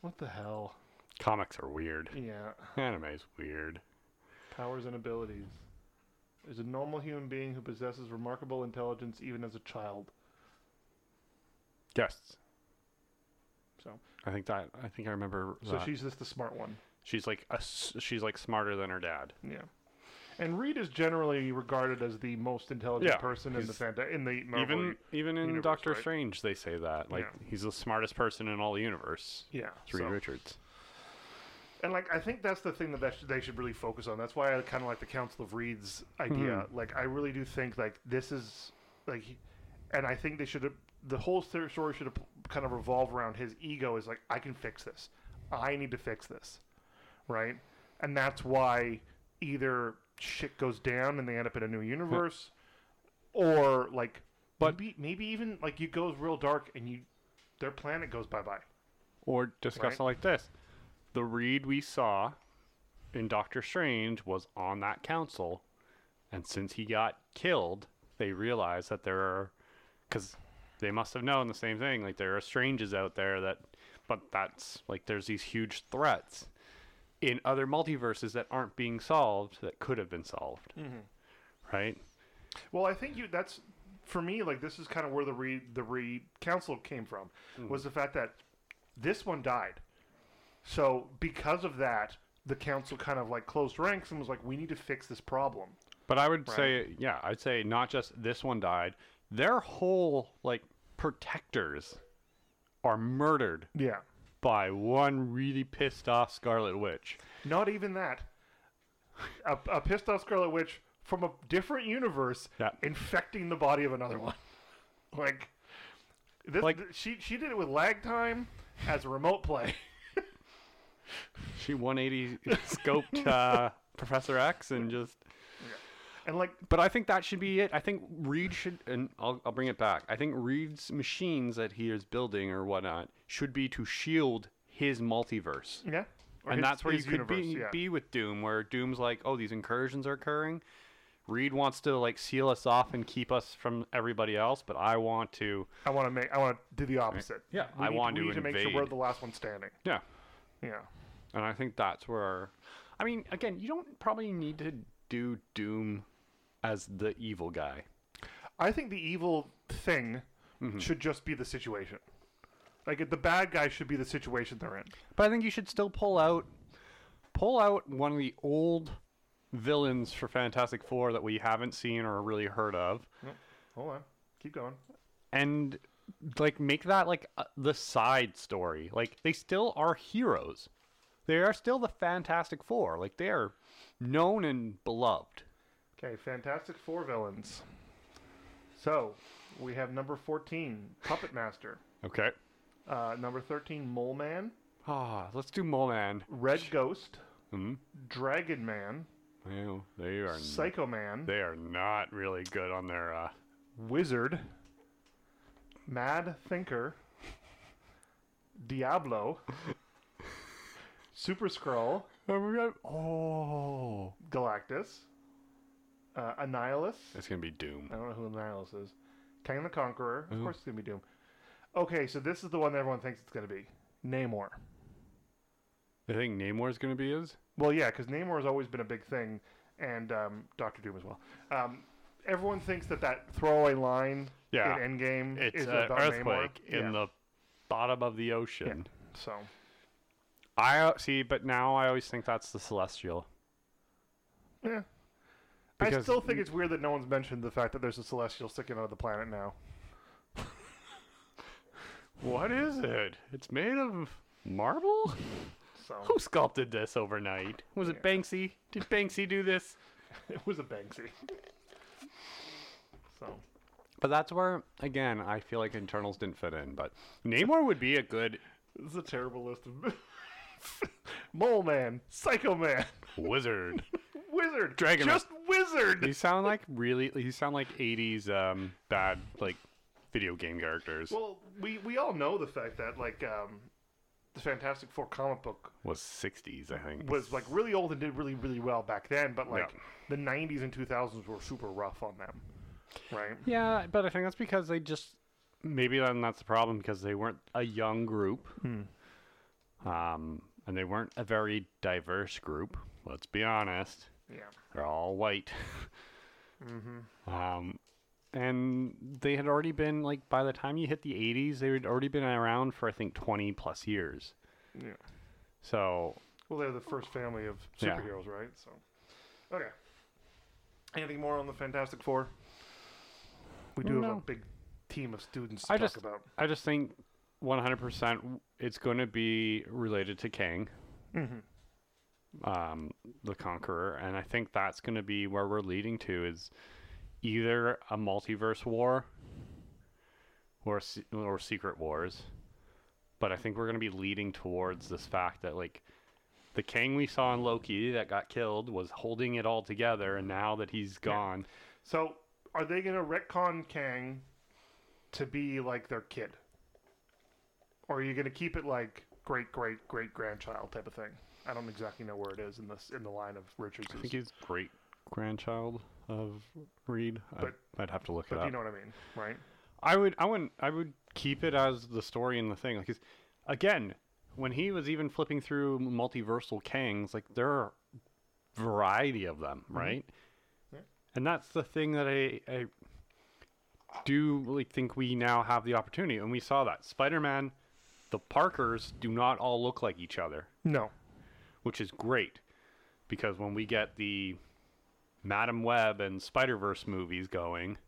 B: What the hell?
A: Comics are weird. [LAUGHS]
B: Yeah.
A: Anime's weird.
B: Powers and abilities. Is a normal human being who possesses remarkable intelligence even as a child.
A: Yes.
B: So,
A: I think that I think I remember.
B: so
A: that.
B: she's just the smart one.
A: she's like a s she's like smarter than her dad.
B: Yeah. And Reed is generally regarded as the most intelligent
A: Yeah,
B: person in the
A: he's-
B: fanta- in the Marvel.
A: even even in
B: universe,
A: Doctor
B: right?
A: Strange, they say that like
B: Yeah.
A: he's the smartest person in all the universe.
B: yeah.
A: Three
B: so-
A: Richards.
B: And like I think that's the thing that, that sh- they should really focus on. That's why I kind of like the Council of Reeds idea. Like I really do think like this is like, he- and I think they should have the whole st- story should have kind of revolve around his ego is like I can fix this. I need to fix this, right? And that's why either shit goes down and they end up in a new universe, or like
A: But-
B: maybe, maybe even like you goes real dark and you their planet goes bye bye.
A: Or discuss
B: Right.
A: it like this: the Reed we saw in Doctor Strange was on that council, and since he got killed, they realized that there are because they must have known the same thing. Like there are Stranges out there that, but that's like there's these huge threats in other multiverses that aren't being solved that could have been solved, right?
B: Well, I think you that's for me like this is kind of where the re the re council came from
A: Hmm.
B: was the fact that this one died. So because of that, the council kind of like closed ranks and was like, we need to fix this problem.
A: But I would say, yeah, I'd say not just this one died. Their whole like protectors are murdered
B: Yeah.
A: by one really pissed off Scarlet Witch.
B: Not even that. A, a pissed off Scarlet Witch from a different universe
A: Yeah.
B: infecting the body of another one. [LAUGHS] like this,
A: Like-
B: th- she she did it with lag time as a
A: [LAUGHS]
B: remote play.
A: She 180 scoped uh, Professor X and just.
B: And like
A: But I think that should be it. I think Reed should, and I'll, I'll bring it back. I think Reed's machines that he is building or whatnot should be to shield his multiverse.
B: yeah. Or
A: and
B: his-
A: that's where you
B: his
A: could be,
B: universe, yeah.
A: be with Doom, where Doom's like, "Oh, these incursions are occurring." Reed wants to like seal us off and keep us from everybody else, but I want to.
B: I want to make. I want to do the opposite.
A: Yeah,
B: we
A: I
B: need,
A: want
B: we
A: to
B: need to make sure we're
A: invade.
B: the last one standing.
A: Yeah,
B: Yeah,
A: and I think that's where. I mean, again, you don't probably need to do Doom as the evil guy.
B: I think the evil thing
A: Mm-hmm.
B: should just be the situation. Like the bad guy should be the situation they're in.
A: But I think you should still pull out pull out one of the old villains for Fantastic Four that we haven't seen or really heard of
B: Hold on, keep going.
A: and like make that like uh, the side story. Like they still are heroes. They are still the Fantastic Four. Like they are known and beloved.
B: Okay, Fantastic Four villains. So we have number fourteen, Puppet Master.
A: Okay.
B: Uh, number thirteen, Mole Man,
A: Ah, let's do Mole Man.
B: Red Ghost,
A: Hmm.
B: Dragon Man,
A: Well, they are n-
B: Psycho Man,
A: Mm-hmm. they are not really good on their uh
B: Wizard, Mad Thinker, Diablo, Super Skrull,
A: Oh,
B: Galactus, uh, Annihilus.
A: it's going to be Doom.
B: I don't know who Annihilus is. Kang the Conqueror. Of
A: Who?
B: course, it's gonna be Doom. Okay, so this is the one that everyone thinks it's gonna be Namor.
A: The thing Namor's going to be is
B: Well, yeah, because Namor has always been a big thing, and um, Doctor Doom as well. Um, everyone thinks that that throwaway line
A: Yeah.
B: in Endgame
A: It's
B: is
A: an
B: about Namor.
A: earthquake in the bottom of the ocean.
B: so
A: I uh, see, but now I always think that's the celestial.
B: yeah. I
A: Because-
B: still think it's weird that no one's mentioned the fact that there's a celestial sticking out of the planet now.
A: What is it? It's made of marble? [LAUGHS]
B: So
A: Who sculpted this overnight? Was it Banksy? Did Banksy do this?
B: it was a Banksy. so
A: But that's where, again, I feel like internals didn't fit in. But Namor would be a good
B: this is a terrible list of [LAUGHS] Mole Man, Psycho Man,
A: [LAUGHS] wizard.
B: Wizard,
A: Dragon Man.
B: just Wizard.
A: these sound like really, these sound like 80s um, bad, like, video game characters.
B: Well, we we all know the fact that like um, the Fantastic Four comic book
A: was 60s, I think.
B: was like really old and did really really well back then, but like
A: Yeah.
B: the 90s and 2000s were super rough on them. Right?
A: Yeah, but I think that's because they just maybe then that's the problem because they weren't a young group, um, and they weren't a very diverse group. Let's be honest,
B: Yeah.
A: they're all white. Um, and they had already been like by the time you hit the '80s, they had already been around for I think 20 plus years.
B: Yeah.
A: So
B: Well, they're the first family of
A: Yeah.
B: superheroes, right? So Okay. Anything more on the Fantastic Four? We do have a
A: Mm, No.
B: big team of students to
A: I
B: talk
A: just-
B: about.
A: I just think 100% it's going to be related to Kang, um, the Conqueror, and I think that's going to be where we're leading to is either a multiverse war or se- or secret wars. But I think we're going to be leading towards this fact that like the Kang we saw in Loki that got killed was holding it all together, and now that he's gone,
B: So, are they going to retcon Kang to be like their kid? Or are you going to keep it like great great great grandchild type of thing? I don't exactly know where it is in this in the line of Richards.
A: I think he's great grandchild of Reed.
B: But-
A: I, would have to look it
B: But
A: up.
B: you know what I mean, right?
A: I would I wouldn't I would keep it as the story and the thing like 'cause, again when he was even flipping through multiversal kangs like there are variety of them right
B: Yeah.
A: and that's the thing that I, I do really think we now have the opportunity and we saw that Spider-Man the Parkers do not all look like each other
B: No.
A: which is great because when we get the Madam Web and Spider Verse movies going,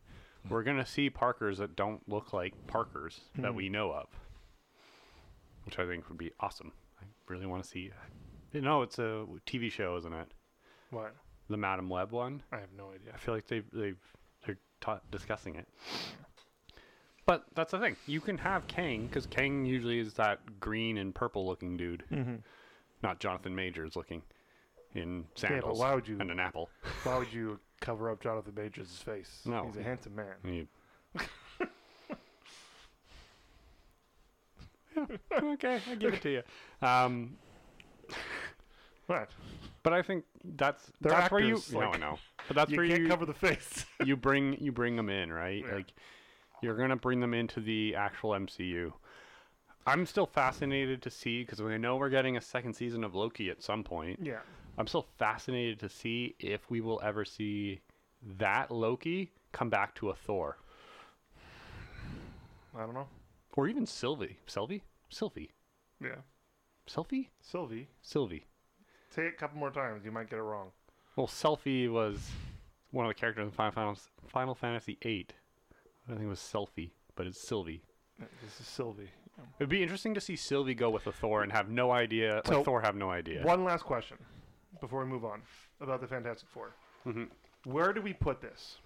A: we're gonna see Parkers that don't look like Parkers that we know of, which I think would be awesome. I really want to see. You know, it's a TV show, isn't it?
B: What?
A: The Madam Web one.
B: I have no idea.
A: I feel like they've they've they're ta discussing it. But that's the thing. You can have Kang because Kang usually is that green and purple looking dude, not Jonathan Majors looking in sandals
B: why would you-
A: and an apple.
B: Why would you cover up Jonathan Majors' face?
A: No. Hmm.
B: He's a handsome man.
A: You- Yeah, okay, I give it to you. Um,
B: Right.
A: but I think that's
B: They're
A: that's where you
B: actors,
A: no, I
B: like,
A: know. But that's
B: You
A: where
B: can't
A: you
B: cover the face. [LAUGHS]
A: you bring you bring them in, right?
B: Yeah.
A: Like you're gonna bring them into the actual MCU. I'm still fascinated to see because we know we're getting a second season of Loki at some point.
B: yeah.
A: I'm still fascinated to see if we will ever see that Loki come back to a Thor
B: I don't know.
A: or even Sylvie, Sylvie, Sylvie,
B: Yeah.
A: Sylvie,
B: Sylvie,
A: Sylvie.
B: say it a couple more times. You might get it wrong.
A: Well, Selfie was one of the characters in Final, Final, Final Fantasy VIII. I think it was Selfie, but it's Sylvie.
B: Yeah, This is Sylvie.
A: It'd be interesting to see Sylvie go with a Thor and have no idea.
B: So-
A: like Thor have no idea.
B: One last question before we move on about the Fantastic 4 Where do we put this?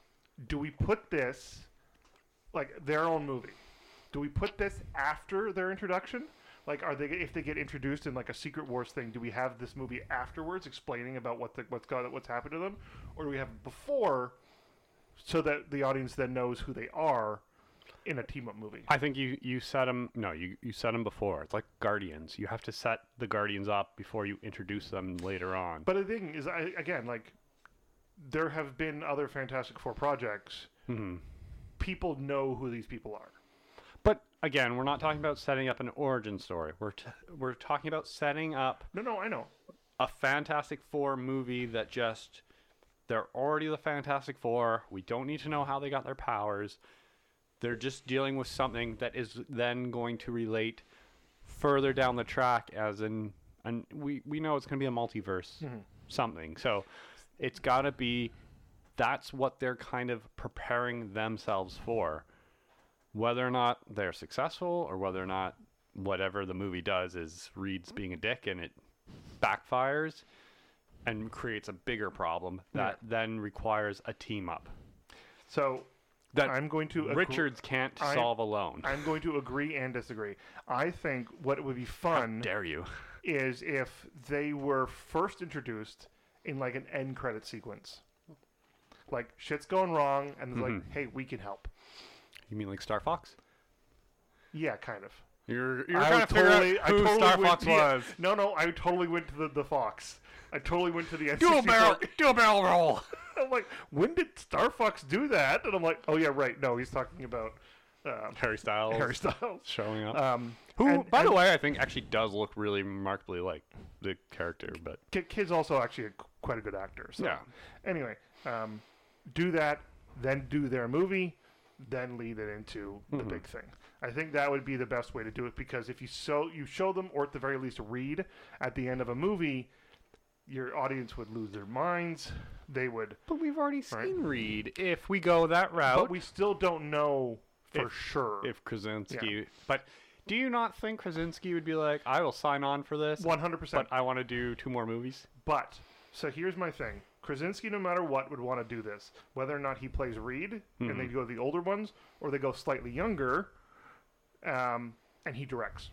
B: Do we put this like their own movie? Do we put this after their introduction? Like, are they if they get introduced in like a Secret Wars thing? Do we have this movie afterwards explaining about what the, what's got what's happened to them, or do we have it before so that the audience then knows who they are in a team up movie?
A: I think you you set them. No, you you set them before. It's like Guardians. You have to set the Guardians up before you introduce them later on.
B: But the thing is, I, again, like there have been other Fantastic Four projects.
A: Mm-hmm.
B: People know who these people are.
A: But again, we're not talking about setting up an origin story. We're t- we're talking about setting up
B: No, no, I know.
A: a Fantastic Four movie that just they're already the Fantastic Four. We don't need to know how they got their powers. They're just dealing with something that is then going to relate further down the track as in and we we know it's going to be a multiverse something. So it's got to be that's what they're kind of preparing themselves for. Whether or not they're successful or whether or not whatever the movie does is Reed's being a dick and it backfires and creates a bigger problem that then requires a team up
B: So
A: that
B: I'm going to agree-
A: Richards can't
B: I-
A: solve alone.
B: I'm going to agree and disagree. I think what would be fun
A: Dare you? [LAUGHS]
B: is if they were first introduced in like an end credit sequence. Like shit's going
A: Mm-hmm.
B: wrong, and it's like, hey, we can help.
A: You mean like Star Fox?
B: Yeah, kind of.
A: You're, you're
B: I
A: trying
B: would
A: to figure
B: totally,
A: out who
B: I totally
A: Star
B: went-
A: Fox [LAUGHS]
B: yeah.
A: was.
B: No, no, I totally went to the, the Fox. I totally went to the N64.
A: dual barrel roll.
B: [LAUGHS] I'm like, when did Star Fox do that? And I'm like, oh yeah, right. No, he's talking about
A: [LAUGHS]
B: um,
A: Harry uh, Styles
B: Harry Styles.
A: showing up.
B: Um,
A: Who,
B: and-
A: by the
B: and
A: way, I think actually does look really remarkably like the character, but
B: Ki- kid's also actually a, quite a good actor. So.
A: Yeah.
B: Anyway, um, do that, then do their movie, then lead it into
A: Mm-hmm.
B: the big thing. I think that would be the best way to do it because if you so you show them or at the very least read at the end of a movie, your audience would lose their minds. They would,
A: but we've already seen Reed. If we go that route,
B: but we still don't know for
A: If-
B: sure.
A: if Krasinski, but do you not think Krasinski would be like, I will sign on for this,
B: One hundred
A: but
B: percent.
A: I want to do two more movies?
B: But so here's my thing: Krasinski, no matter what, would want to do this, whether or not he plays Reed, and they
A: Mm-hmm.
B: go the older ones, or they go slightly younger, um, and he directs.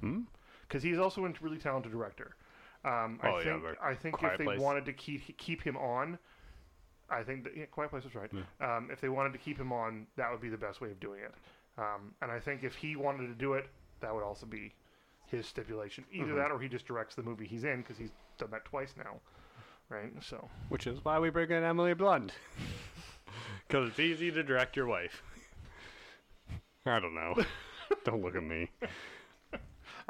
A: Hmm?
B: Because he's also a really talented director. Um,
A: Oh,
B: I
A: yeah,
B: think
A: like
B: I think if
A: Quiet
B: they
A: Place.
B: wanted to keep keep him on, I think that, yeah, Quiet Place is right. Um, if they wanted to keep him on, that would be the best way of doing it. Um, and I think if he wanted to do it, that would also be his stipulation. Either that, or he just directs the movie he's in because he's done that twice now, right? So
A: Which is why we bring in Emily [LAUGHS] Blunt. Because it's easy to direct your wife. I don't [LAUGHS] know. don't look at me.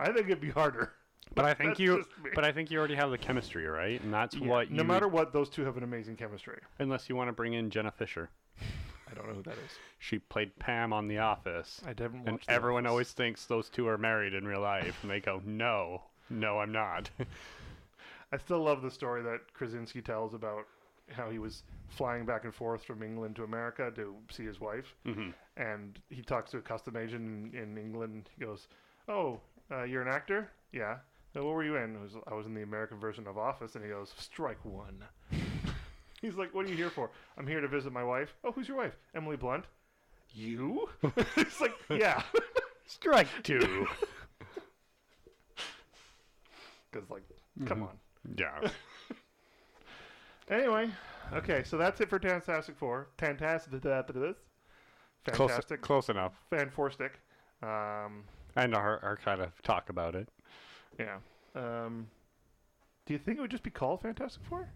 B: I think it'd be harder.
A: But I think
B: That's
A: you.
B: just me.
A: But I think you already have the chemistry, right? And that's
B: Yeah,
A: what. You
B: no matter what, those two have an amazing chemistry.
A: Unless you want to bring in Jenna Fisher.
B: I don't know who that is.
A: She played Pam on The Office.
B: I haven't
A: and
B: watched. The
A: everyone
B: Office.
A: always thinks those two are married in real life. And they go, no, no, I'm not. [LAUGHS]
B: I still love the story that Krasinski tells about how he was flying back and forth from England to America to see his wife,
A: Mhm.
B: and he talks to a custom agent in, in England. He goes, "Oh, uh, you're an actor? Yeah. "Uh, what were you in? He was, I was in the American version of Office." And he goes, "Strike one." [LAUGHS] He's like, "What are you here for?" "I'm here to visit my wife." "Oh, who's your wife?" "Emily Blunt." "You?" [LAUGHS] it's like, yeah, [LAUGHS]
A: Strike two.
B: because like,
A: Mm-hmm.
B: come on.
A: yeah.
B: Anyway, okay, so that's it for Fantastic Four. Fantastic. Fantastic.
A: Close, close enough.
B: Fan four stick. Um,
A: And our, our kind of talk about it.
B: yeah. Um, do you think it would just be called Fantastic Four?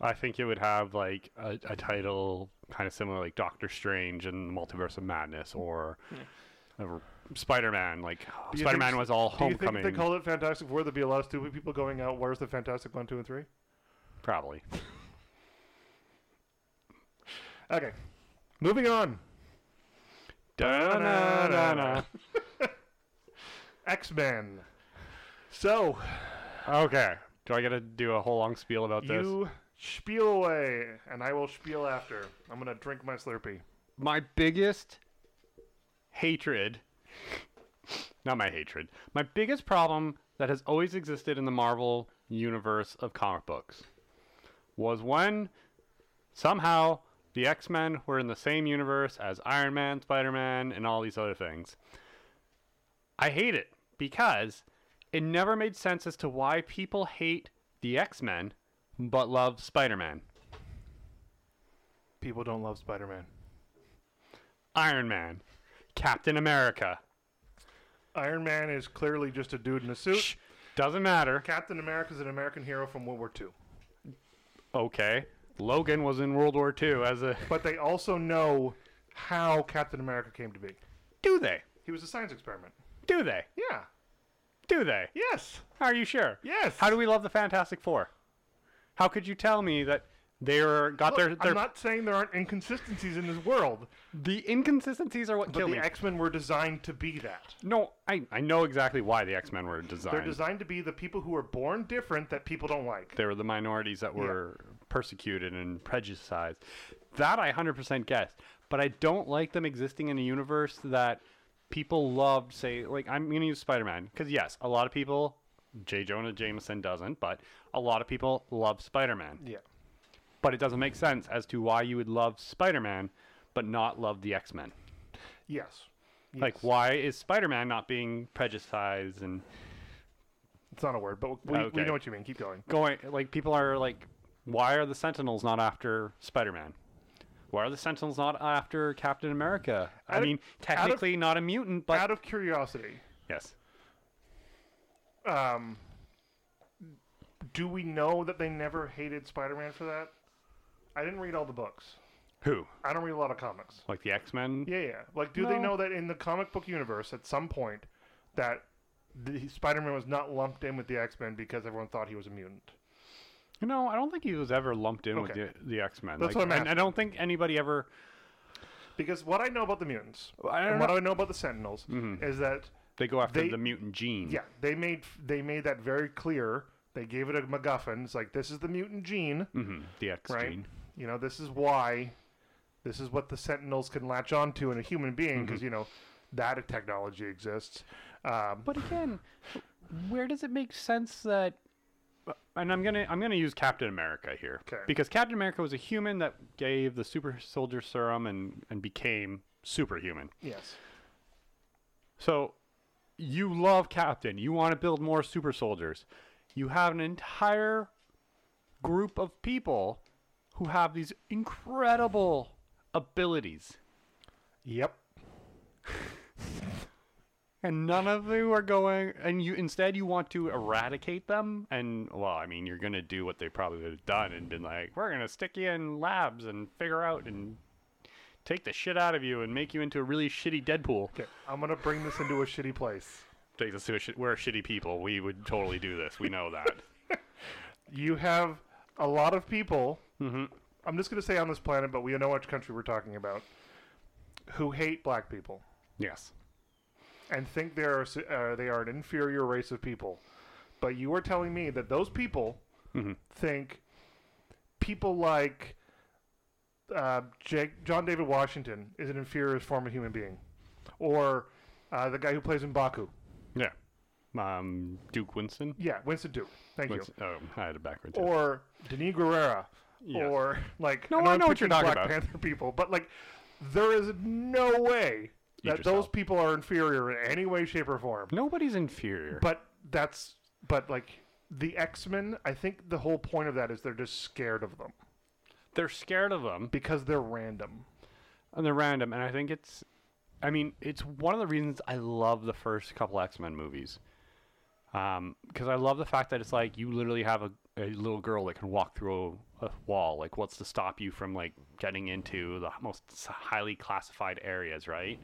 A: I think it would have like a, a title kind of similar, like Doctor Strange and the Multiverse of Madness, or Spider Man. Like
B: Hmm. Do you
A: Spider Man
B: think-
A: was all
B: Do you think if
A: Homecoming,
B: they called it Fantastic Four? There'd be a lot of stupid people going out. Where's the Fantastic One, Two, and Three?
A: probably.
B: Okay, moving on. Da-na-na-na. X Men. [SIGHS] So
A: Okay, do I gotta do a whole long spiel about this?
B: you spiel away, and I will spiel after. I'm gonna drink my Slurpee.
A: my biggest hatred not my hatred my biggest problem that has always existed in the marvel universe of comic books was when somehow the x-men were in the same universe as iron man spider-man and all these other things i hate it because it never made sense as to why people hate the x-men but love spider-man
B: People don't love Spider-Man.
A: iron man captain america
B: Iron Man is clearly just a dude in a suit.
A: Shh. Doesn't matter.
B: Captain America is an American hero from World War II.
A: Okay. Logan was in World War II as a.
B: But they also know how Captain America came to be.
A: Do they?
B: He was a science experiment.
A: Do they?
B: Yeah.
A: Do they?
B: Yes.
A: Are you sure?
B: Yes.
A: How do we love the Fantastic Four? How could you tell me that they are got
B: Look,
A: their their
B: I'm not saying there aren't inconsistencies in this world,
A: the inconsistencies are what
B: but
A: kill
B: the
A: me?
B: X Men were designed to be that.
A: no, I I know exactly why the X Men were designed.
B: They're designed to be the people who are born different that people don't like.
A: they were the minorities that were persecuted and prejudiced. That I 100% guess. But I don't like them existing in a universe that people loved, say, like, I'm going to use Spider Man. Because, yes, a lot of people, J. Jonah Jameson doesn't, but a lot of people love Spider Man.
B: Yeah.
A: But it doesn't make sense as to why you would love Spider Man, but not love the X Men.
B: Yes. yes.
A: Like, why is Spider Man not being prejudiced and
B: It's not a word, but we, we
A: Okay.
B: know what you mean. Keep going.
A: going like people are like why are the sentinels not after spider-man Why are the Sentinels not after Captain America? I
B: Out of-
A: mean, technically not a mutant, but
B: Out of curiosity,
A: yes.
B: um, do we know that they never hated Spider-Man for that? I didn't read all the books.
A: Who?
B: I don't read a lot of comics.
A: Like the X Men?
B: Yeah, yeah. Like, do they
A: No.
B: know that in the comic book universe, at some point, that the Spider-Man was not lumped in with the X-Men because everyone thought he was a mutant?
A: No, I don't think he was ever lumped in
B: Okay.
A: with the, the X Men.
B: That's
A: Like,
B: what I'm
A: and I don't think anybody ever.
B: Because what I know about the mutants
A: I don't
B: and
A: know.
B: what I know about the Sentinels is that
A: They go after
B: they-
A: the mutant gene.
B: yeah, they made they made that very clear. They gave it a MacGuffin. It's like this is the mutant gene,
A: hmm The X
B: right?
A: gene.
B: You know, this is why, this is what the Sentinels can latch onto in a human being because you know that technology exists. Um,
A: But again, where does it make sense that? Uh, And I'm gonna I'm gonna use Captain America here
B: 'Kay.
A: because Captain America was a human that gave the super soldier serum and and became superhuman.
B: yes,
A: So you love Captain. You want to build more super soldiers. You have an entire group of people who have these incredible abilities.
B: yep.
A: and none of you are going and you instead you want to eradicate them and well i mean you're gonna do what they probably would have done and been like we're gonna stick you in labs and figure out and take the shit out of you and make you into a really shitty deadpool
B: Okay, I'm gonna bring this into a shitty place.
A: take us to a shit we're shitty people we would totally do this we know
B: [LAUGHS]
A: that
B: you have a lot of people. I'm just going to say on this planet, but we know which country we're talking about, who hate black people
A: yes
B: and think they are su- uh, they are an inferior race of people. But you are telling me that those people think people like uh, Jake, John David Washington is an inferior form of human being, or uh, the guy who plays in Baku.
A: yeah um duke winston
B: Yeah, Winston Duke. Thank you.
A: Winston- oh i had it backwards
B: or Denis Guerrera,
A: Yes.
B: or like
A: No,
B: and
A: I
B: I'm
A: know what you're
B: picking
A: talking
B: Black
A: about.
B: Panther people, but like there is no way that
A: Idris
B: those
A: Elba.
B: people are inferior in any way, shape, or form.
A: nobody's inferior
B: But that's but like the X Men. I think the whole point of that is they're just scared of them
A: they're scared of them
B: because they're random.
A: and they're random and i think it's i mean it's one of the reasons i love the first couple x-men movies Um, 'cause because i love the fact that it's like you literally have a, a little girl that can walk through a, a wall like what's to stop you from like getting into the most s- highly classified areas right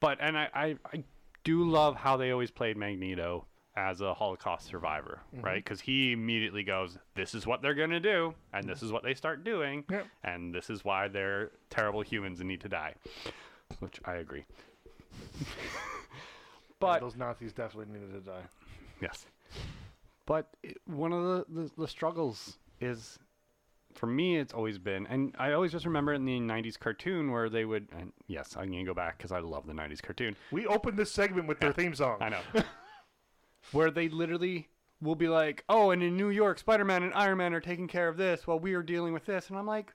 A: but and i i, I do love how they always played magneto as a holocaust survivor right because he immediately goes this is what they're going to do and this is what they start doing
B: Yep.
A: and this is why they're terrible humans and need to die which i agree [LAUGHS] but
B: those Nazis definitely needed to die.
A: Yes. But it, one of the, the, the struggles is, for me, it's always been, and I always just remember in the 90s cartoon where they would, and yes, I'm going to go back because I love the 90s cartoon.
B: We opened this segment with their theme song.
A: I know. [LAUGHS] where they literally will be like, oh, and in New York, Spider Man and Iron Man are taking care of this while we are dealing with this. And I'm like,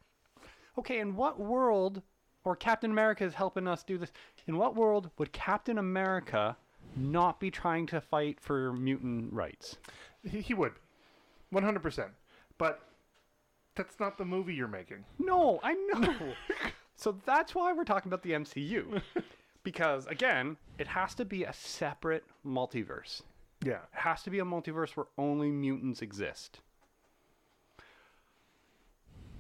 A: okay, in what world, or Captain America is helping us do this, in what world would Captain America not be trying to fight for mutant rights?
B: He, he would, 100. percent But that's not the movie you're making.
A: No, I know. [LAUGHS] so that's why we're talking about the [LAUGHS] MCU. Because again, it has to be a separate multiverse.
B: Yeah.
A: It has to be a multiverse where only mutants exist.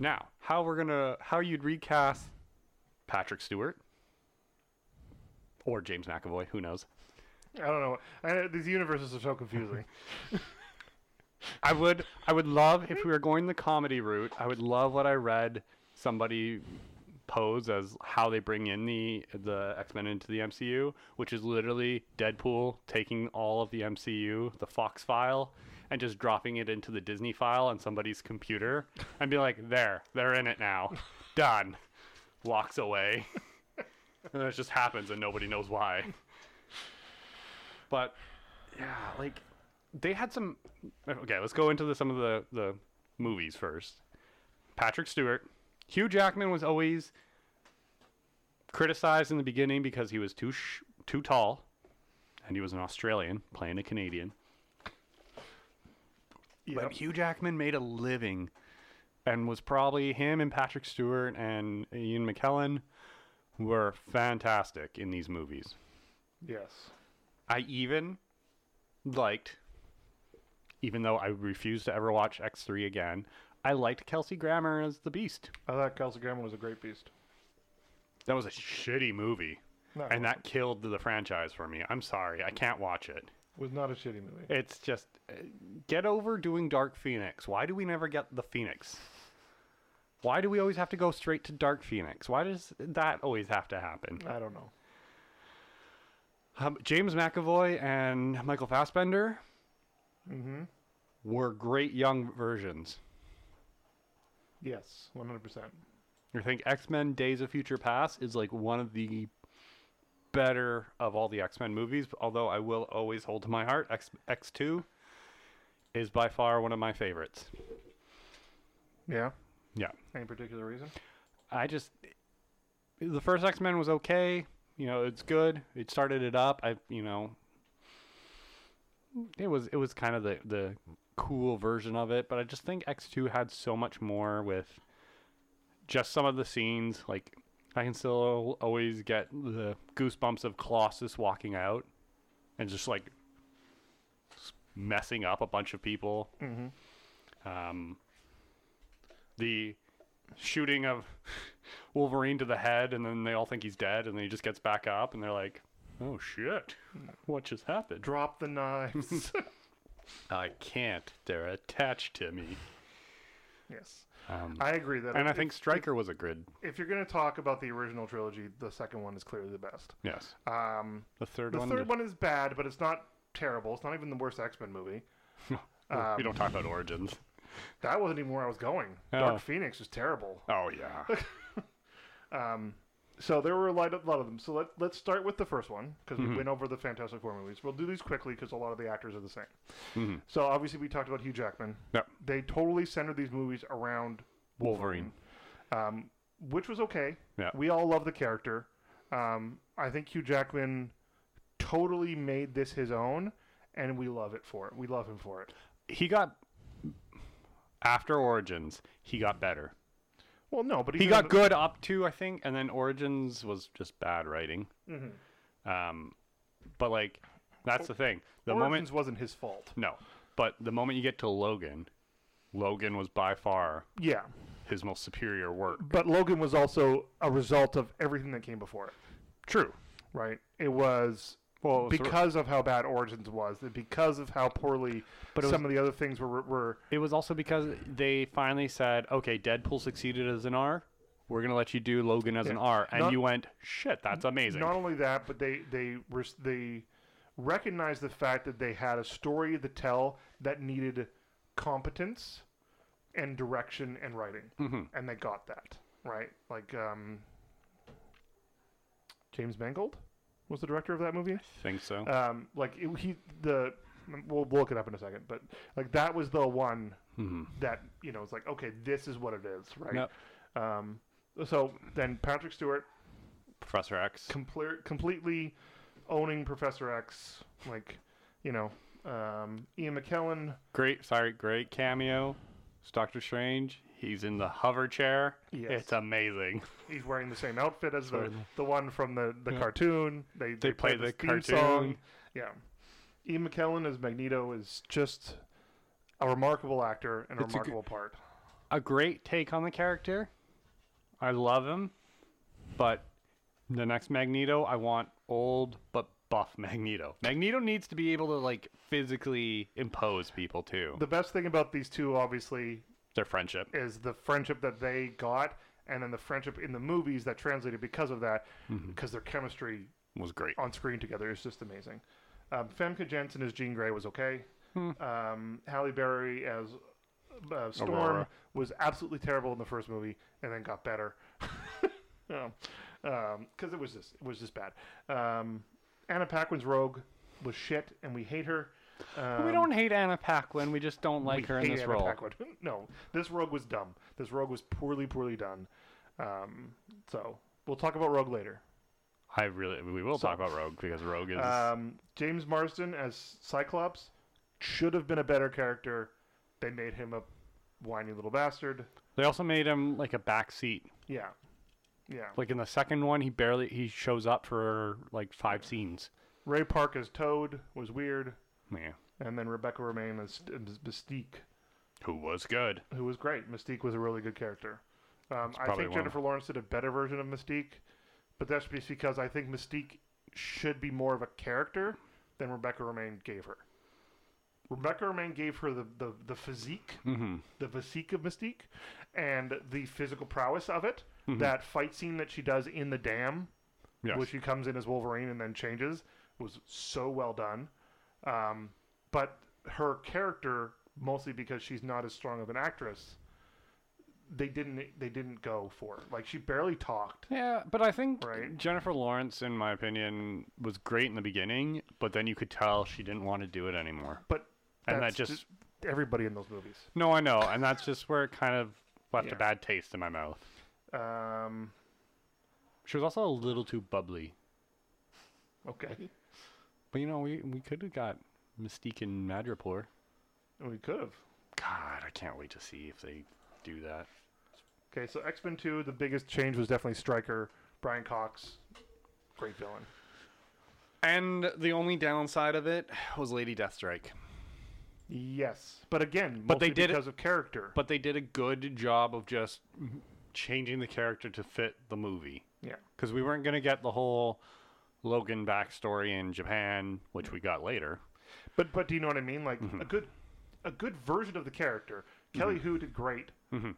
A: Now, how we're gonna how you'd recast Patrick Stewart or James McAvoy, who knows?
B: I don't know. I, these universes are so confusing.
A: I would I would love if we were going the comedy route. I would love what I read somebody pose as how they bring in the the X-Men into the MCU, which is literally Deadpool taking all of the MCU, the Fox file, and just dropping it into the Disney file on somebody's computer and be like, "There, they're in it now. Done." Walks away. [LAUGHS] and it just happens and nobody knows why. But yeah, like they had some. Okay, let's go into the, some of the the movies first. Patrick Stewart, Hugh Jackman was always criticized in the beginning because he was too sh- too tall, and he was an Australian playing a Canadian.
B: Yep.
A: But Hugh Jackman made a living and was probably him and Patrick Stewart and Ian McKellen were fantastic in these movies.
B: Yes.
A: I even liked, even though I refuse to ever watch X3 again, I liked Kelsey Grammer as the Beast.
B: I thought Kelsey Grammer was a great beast.
A: That was a shitty movie,
B: No,
A: and that killed the franchise for me. I'm sorry, I can't watch it.
B: was not a shitty movie.
A: It's just uh, get over doing Dark Phoenix. Why do we never get the Phoenix? Why do we always have to go straight to Dark Phoenix? Why does that always have to happen?
B: I don't know.
A: Um, James McAvoy and Michael Fassbender
B: Mm-hmm.
A: were great young versions.
B: Yes, one hundred percent.
A: I think X Men Days of Future Past is like one of the better of all the X Men movies, although I will always hold to my heart X X2 is by far one of my favorites.
B: Yeah.
A: Yeah.
B: Any particular reason?
A: I just the first X Men was okay. You know, it's good. It started it up. I you know it was it was kind of the the cool version of it, but I just think X two had so much more with just some of the scenes. Like I can still always get the goosebumps of Colossus walking out and just like messing up a bunch of people.
B: Mm-hmm.
A: Um, the shooting of [LAUGHS] Wolverine to the head, and then they all think he's dead, and then he just gets back up, and they're like, "Oh shit, what just happened?"
B: Drop
A: [LAUGHS]
B: the knives. [LAUGHS]
A: I can't. They're attached to me.
B: yes,
A: Um,
B: I agree that.
A: and I
B: if-
A: think Stryker was a good
B: if you're going to talk about the original trilogy, the second one is clearly the best.
A: yes.
B: Um,
A: The third
B: the
A: one.
B: third one is bad, but it's not terrible. It's not even the worst X Men movie. Um,
A: one. [LAUGHS] we don't talk about origins.
B: That wasn't even where I was going.
A: Oh.
B: Dark Phoenix is terrible.
A: Oh yeah.
B: [LAUGHS] Um, so there were a lot of, lot of them. So let, let's start with the first one because
A: Mm-hmm.
B: we went over the Fantastic Four movies. We'll do these quickly because a lot of the actors are the same.
A: Mhm.
B: So obviously we talked about Hugh Jackman.
A: Yep.
B: They totally centered these movies around
A: Wolverine.
B: um, which was okay.
A: Yeah.
B: We all love the character. Um, I think Hugh Jackman totally made this his own, and we love it for it. We love him for it.
A: He got after Origins. He got better.
B: Well, no, but
A: He got good up to I think, and then Origins was just bad writing.
B: hmm
A: Um, but like, that's the thing. The
B: Origins
A: moment,
B: wasn't his fault.
A: no, but the moment you get to Logan, Logan was by far
B: Yeah,
A: his most superior work.
B: but Logan was also a result of everything that came before it.
A: True.
B: Right? It was
A: Well, it was, because,
B: because of how bad Origins was, and because of how poorly
A: But it was-
B: some of the other things were. were
A: it was also because they finally said, okay, Deadpool succeeded as an R. We're gonna let you do Logan as an
B: Yeah.
A: R, and
B: Not-
A: you went, shit, that's amazing.
B: Not only that, but they they res- they recognized the fact that they had a story to tell that needed competence and direction and writing,
A: hmm
B: and they got that right. Like um, James Mangold was the director of that movie.
A: Think so.
B: Um, like it, he the we'll we'll look it up in a second, but like that was the one
A: hmm
B: that you know it's like okay, this is what it is, right?
A: Yep.
B: Um, so then Patrick Stewart
A: Professor X.
B: comple- completely owning Professor X, like you know, um, Ian McKellen.
A: Great, sorry, great cameo. It's Doctor Strange. He's in the hover chair.
B: Yes.
A: It's amazing.
B: He's wearing the same outfit as the,
A: Sorry.
B: the one from the, the
A: Yeah.
B: cartoon. They they,
A: play
B: played
A: the
B: this theme song.
A: cartoon.
B: Yeah, Ian McKellen as Magneto is just a remarkable actor and a
A: It's a g-
B: remarkable part.
A: a great take on the character. I love him, but the next Magneto, I want old but buff [LAUGHS] Magneto. Magneto needs to be able to like physically impose people too.
B: The best thing about these two, obviously,
A: Their friendship.
B: is the friendship that they got, and then the friendship in the movies that translated because of that,
A: Mm-hmm.
B: because their chemistry
A: was great.
B: on screen together is just amazing. Um, Femke Jensen as Jean Grey was okay.
A: Hmm.
B: Um, Halle Berry as uh, Storm
A: Aurora.
B: was absolutely terrible in the first movie, and then got better. [LAUGHS] Because it was just it was just bad. Um, Anna Paquin's Rogue was shit, and we hate her. Um,
A: we don't hate Anna Paquin. We just don't like
B: we
A: her in
B: hate
A: this
B: Anna
A: role.
B: Paquin. [LAUGHS] No, this Rogue was dumb. This Rogue was poorly, poorly done. Um, so we'll talk about Rogue later.
A: I really. We will
B: So-
A: talk about Rogue because Rogue is.
B: Um, James Marsden as Cyclops should have been a better character. They made him a whiny little bastard.
A: They also made him like a backseat.
B: Yeah, yeah.
A: Like in the second one, he barely he shows up for like five scenes.
B: Ray Park as Toad was weird,
A: Yeah,
B: and then Rebecca Romaine as, as Mystique,
A: who was good?
B: who was great. Mystique was a really good character. Um, I
A: probably
B: think
A: one of-
B: Jennifer Lawrence did a better version of Mystique, but that's just because I think Mystique should be more of a character than Rebecca Romaine gave her. Rebecca Romaine gave her the, the, the physique,
A: Mm-hmm.
B: the physique of Mystique, and the physical prowess of it.
A: Mm-hmm.
B: That fight scene that she does in the dam
A: Yes.
B: where she comes in as Wolverine and then changes was so well done. Um, but her character, mostly because she's not as strong of an actress, they didn't they didn't go for it. Like she barely talked.
A: Yeah, but I think
B: Right.
A: Jennifer Lawrence, in my opinion, was great in the beginning, but then you could tell she didn't want to do it anymore.
B: But
A: And
B: that's
A: that just-
B: everybody in those movies.
A: No, I know, and that's just where it kind of left
B: Yeah.
A: a bad taste in my mouth.
B: Um,
A: She was also a little too bubbly.
B: okay,
A: But you know, we we could have got Mystique and Madripoor.
B: we could have.
A: God, I can't wait to see if they do that.
B: Okay, so X Men Two, the biggest change was definitely Stryker, Brian Cox, great villain.
A: And the only downside of it was Lady Deathstrike.
B: Yes, but again,
A: But they
B: mostly
A: did it-
B: because of character.
A: But they did a good job of just changing the character to fit the movie.
B: yeah,
A: Because we weren't going to get the whole Logan backstory in Japan, which we got later.
B: But but do you know what I mean? Like a good a good version of the character. Kelly Hu did great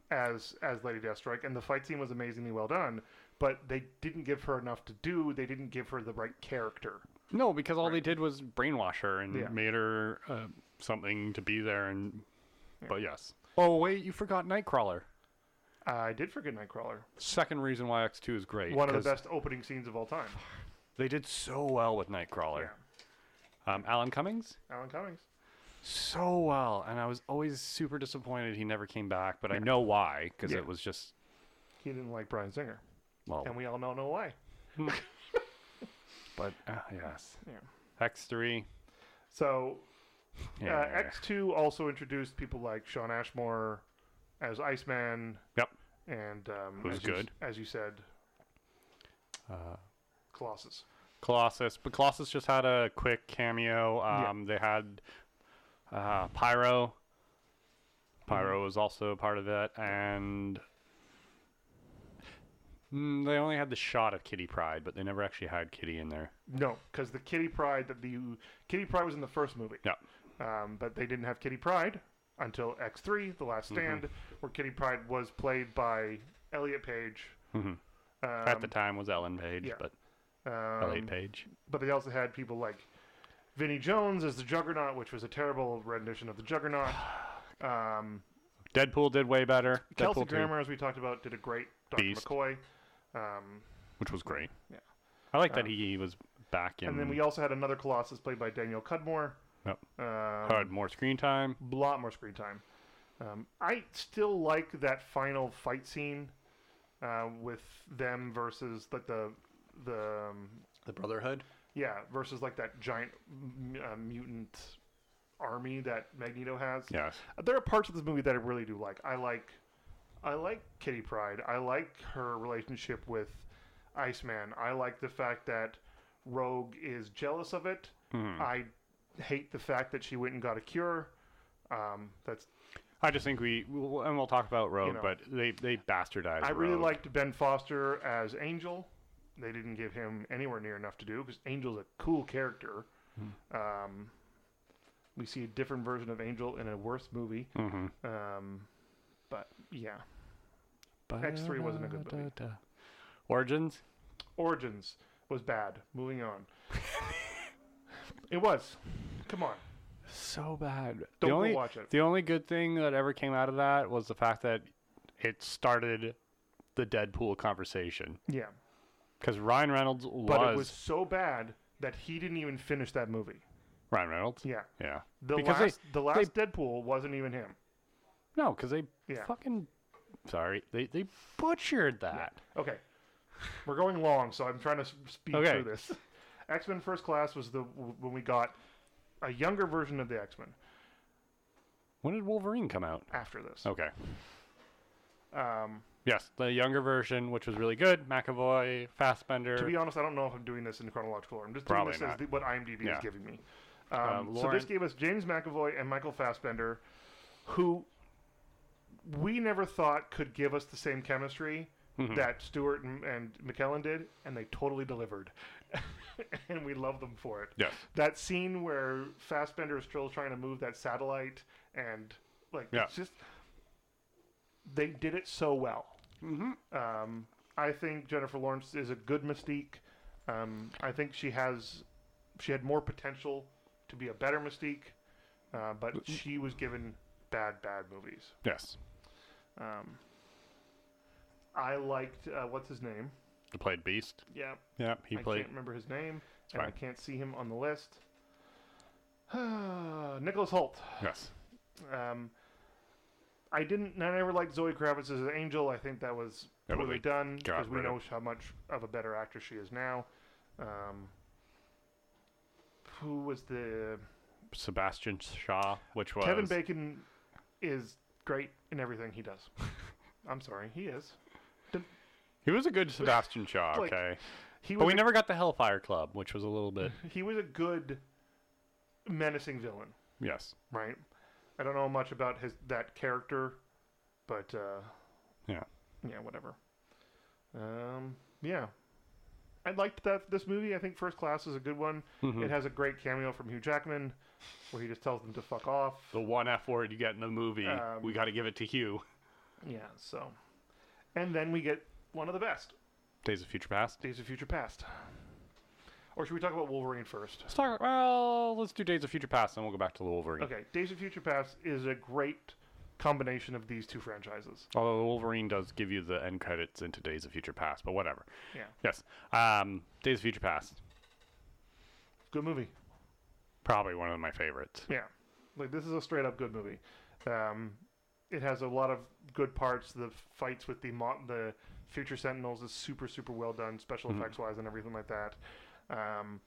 B: as as Lady Deathstrike, and the fight scene was amazingly well done. But they didn't give her enough to do. They didn't give her the right character.
A: No, because all they did was brainwash her and
B: Yeah.
A: made her uh, something to be there. And But yes. Oh, wait, you forgot Nightcrawler.
B: I did forget Nightcrawler.
A: Second reason why X2 is great.
B: One of the
A: 'cause
B: best opening scenes of all time.
A: They did so well with Nightcrawler. Um, Alan Cummings?
B: Alan Cummings.
A: so well, and I was always super disappointed he never came back. But I know why, because
B: Yeah.
A: it was just
B: He didn't like Brian Singer,
A: well.
B: and we all now know why.
A: But uh, yes,
B: Yeah.
A: X three.
B: So
A: Yeah.
B: uh, X two also introduced people like Sean Ashmore as Iceman
A: Yep.
B: and um,
A: Who's
B: as you-
A: good.
B: as you said,
A: Uh,
B: Colossus.
A: Colossus, but Colossus just had a quick cameo.
B: Yeah.
A: Um, They had uh, Pyro. Pyro
B: Mm-hmm.
A: was also a part of it, and Mm, they only had the shot of Kitty Pride, but they never actually had Kitty in there. [LAUGHS]
B: No, because the Kitty Pride that the Kitty Pride was in the first movie.
A: Yeah.
B: Um, but they didn't have Kitty Pride until X three, The Last
A: Mm-hmm.
B: Stand, where Kitty Pride was played by Elliot Page.
A: Mhm.
B: Um,
A: At the time was Ellen Page,
B: yeah.
A: but
B: um,
A: Elliot Page.
B: But they also had people like Vinnie Jones as the Juggernaut, which was a terrible rendition of
A: [SIGHS]
B: the Juggernaut. Um,
A: Deadpool did way better.
B: Kelsey
A: Deadpool 2.
B: Grammer, as we talked about, did a great Dr.
A: Beast.
B: McCoy. Um,
A: which was great.
B: Yeah.
A: I like that
B: Um,
A: he was back in.
B: and then we also had another Colossus played by Daniel Cudmore.
A: Yep.
B: Um,
A: had more screen time.
B: lot more screen time. Um, I still like that final fight scene uh, with them versus like the the um,
A: The Brotherhood.
B: yeah versus like that giant m- uh, mutant army that Magneto has.
A: Yes.
B: There are parts of this movie that I really do like. I like I like Kitty Pride. I like her relationship with Iceman. I like the fact that Rogue is jealous of it. I hate the fact that she went and got a cure. Um, that's
A: I just think we, we'll, and we'll talk about Rogue,
B: know.
A: but they they bastardized.
B: I really
A: Rogue.
B: liked Ben Foster as Angel. They didn't give him anywhere near enough to do because Angel's a cool character. Um, we see a different version of Angel in a worse movie.
A: Mhm.
B: Um, but yeah, X3 wasn't a good movie.
A: Ba-da-da-da. Origins.
B: Origins was bad. Moving on. it was. Come on.
A: So bad.
B: Don't
A: the
B: go
A: only,
B: watch it.
A: The only good thing that ever came out of that was the fact that it started the Deadpool conversation
B: Yeah,
A: because Ryan Reynolds was,
B: but it was so bad that he didn't even finish that movie.
A: Ryan Reynolds.
B: Yeah,
A: Yeah.
B: the
A: Because they-
B: last the last Deadpool wasn't even him.
A: No, because they
B: Yeah.
A: fucking. Sorry, they they butchered that.
B: Okay. We're going long, so I'm trying to s- speed
A: Okay.
B: through this. X Men First Class was the when we got a younger version of the X Men.
A: When did Wolverine come out?
B: after this.
A: Okay. Oh.
B: Um,
A: Yes, the younger version, which was really good. McAvoy, Fassbender.
B: to be honest, I don't know if I'm doing this in chronological order. I'm just
A: Probably
B: doing this
A: not.
B: as the, what IMDb
A: Yeah.
B: is giving me.
A: Uh,
B: Um, so
A: Lauren-
B: this gave us James McAvoy and Michael Fassbender, who we never thought could give us the same chemistry
A: Mhm.
B: that Stewart and, and McKellen did, and they totally delivered. [LAUGHS] and we love them for it.
A: yes.
B: That scene where Fassbender is still trying to move that satellite, and like
A: Yeah.
B: it's just they did it so well.
A: Mhm.
B: Um, I think Jennifer Lawrence is a good Mystique. Um, I think she has she had more potential to be a better Mystique, uh, but she was given bad, bad movies.
A: Yes.
B: Um, I liked uh, what's his name?
A: He played Beast.
B: Yeah,
A: Yeah, he
B: I
A: played.
B: can't remember his name,
A: It's
B: and I
A: fine.
B: can't see him on the list. [SIGHS] Nicholas Holt.
A: Yes.
B: Um, I didn't. I never liked Zoe Kravitz as an angel. I think that was
A: Yeah, but
B: poorly
A: they
B: done
A: got
B: because we
A: rid
B: know
A: of-
B: how much of a better actress she is now. Um, who was the
A: Sebastian Shaw, which was
B: Kevin Bacon? Is great in everything he does. [LAUGHS] I'm sorry, he is.
A: He was a good Sebastian Shaw.
B: Like,
A: okay.
B: He
A: But
B: was.
A: we
B: a-
A: never got the Hellfire Club, which was a little
B: [LAUGHS]
A: bit.
B: he was a good menacing villain,
A: yes.
B: right? I don't know much about his that character, but uh,
A: Yeah.
B: yeah, whatever. Um, yeah, I liked that this movie. I think First Class is a good one.
A: Mhm.
B: It has a great cameo from Hugh Jackman, where he just tells them to fuck off.
A: the one F word you get in the movie.
B: Um,
A: we got to give it to Hugh.
B: Yeah, so, and then we get one of the best
A: Days of Future Past.
B: Days of Future Past. Or should we talk about Wolverine first?
A: Let's talk. Well, let's do Days of Future Past, and we'll go back to the Wolverine.
B: Okay, Days of Future Past is a great combination of these two franchises.
A: Although the Wolverine does give you the end credits into Days of Future Past, but whatever.
B: Yeah,
A: Yes. Um, Days of Future Past,
B: good movie.
A: probably one of my favorites.
B: Yeah, like this is a straight up good movie. Um, it has a lot of good parts. The fights with the mo- the future Sentinels is super super well done, special
A: Mhm.
B: effects wise and everything like that. Um,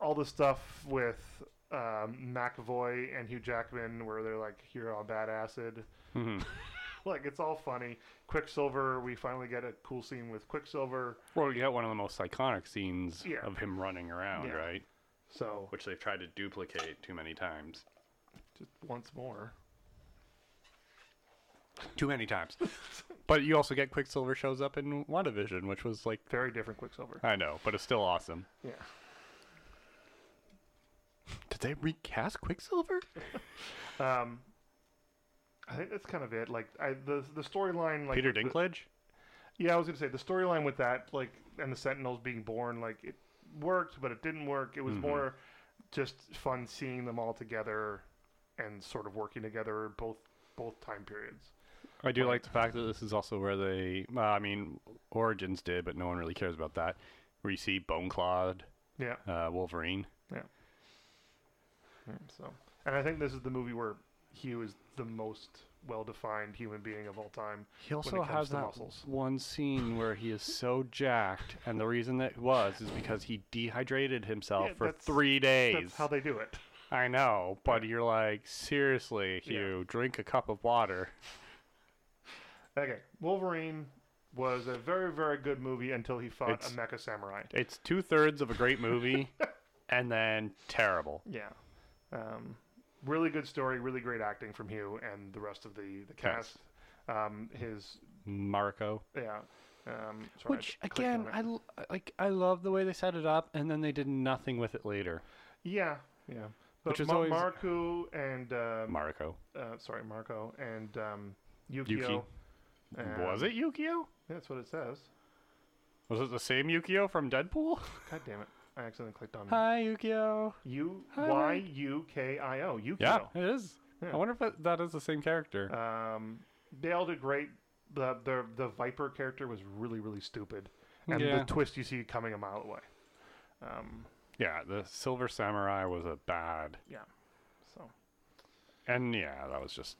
B: all the stuff with um, McAvoy and Hugh Jackman, where they're like, "You're on bad acid."
A: hmm
B: Like it's all funny. Quicksilver, we finally get a cool scene with Quicksilver.
A: Well, you got one of the most iconic scenes
B: Yeah.
A: of him running around,
B: Yeah.
A: right?
B: So
A: Which they've tried to duplicate too many times. [LAUGHS]
B: just once more,
A: Too many times. but you also get Quicksilver shows up in WandaVision, which was like,
B: very different Quicksilver.
A: I know, but it's still awesome.
B: Yeah.
A: Did they recast Quicksilver?
B: Um, I think that's kind of it. Like I, the the storyline, like
A: Peter
B: with the-
A: Dinklage?
B: Yeah, I was gonna say the storyline with that, like, and the Sentinels being born, like, it worked, but it didn't work. It was
A: Mhm.
B: more just fun seeing them all together and sort of working together both both time periods.
A: I do
B: Right.
A: like the fact that this is also where they, well, I mean, Origins did, but no one really cares about that. Where you see Bone Clawed
B: Yeah,
A: uh, Wolverine.
B: Mm, so and I think this is the movie where Hugh is the most well defined human being of all time.
A: He also
B: comes
A: has
B: to
A: that
B: muscles.
A: one scene where he is so jacked, and the reason that was is because he dehydrated himself
B: Yeah,
A: for
B: that's-
A: three days.
B: That's how they do it.
A: I know, but you're like, seriously,
B: Yeah.
A: Hugh, drink a cup of water.
B: Okay, Wolverine was a very very good movie until he fought
A: It's-
B: a mecha samurai.
A: It's two thirds of a great
B: [LAUGHS]
A: movie, and then terrible.
B: Yeah. Um, really good story, really great acting from Hugh and the rest of the, the cast. Um, his,
A: Marco.
B: yeah. Um, sorry, I
A: Which
B: just clicked
A: again,
B: on it.
A: I l- uh, like. I love the way they set it up, and then they did nothing with it later.
B: Yeah, yeah. But
A: Which is
B: Ma-
A: always-
B: Marco and, um,
A: Marco.
B: uh, sorry, Marco and um, Yukio.
A: Yuki.
B: and-
A: Was it Yukio?
B: That's what it says.
A: Was it the same Yukio from Deadpool?
B: God damn it. I accidentally clicked
A: [LAUGHS]
B: on
A: Hi, Yukio.
B: U
A: Hi,
B: Y
A: Mike.
B: U K I O. Yukio.
A: Yeah, Uh, it is.
B: Yeah.
A: I wonder if that, that is the same character.
B: Um, they all did great. The, the the Viper character was really really stupid, and
A: Yeah.
B: the twist you see coming a mile away. Um,
A: yeah, the Silver Samurai was a bad.
B: so
A: And yeah, that was just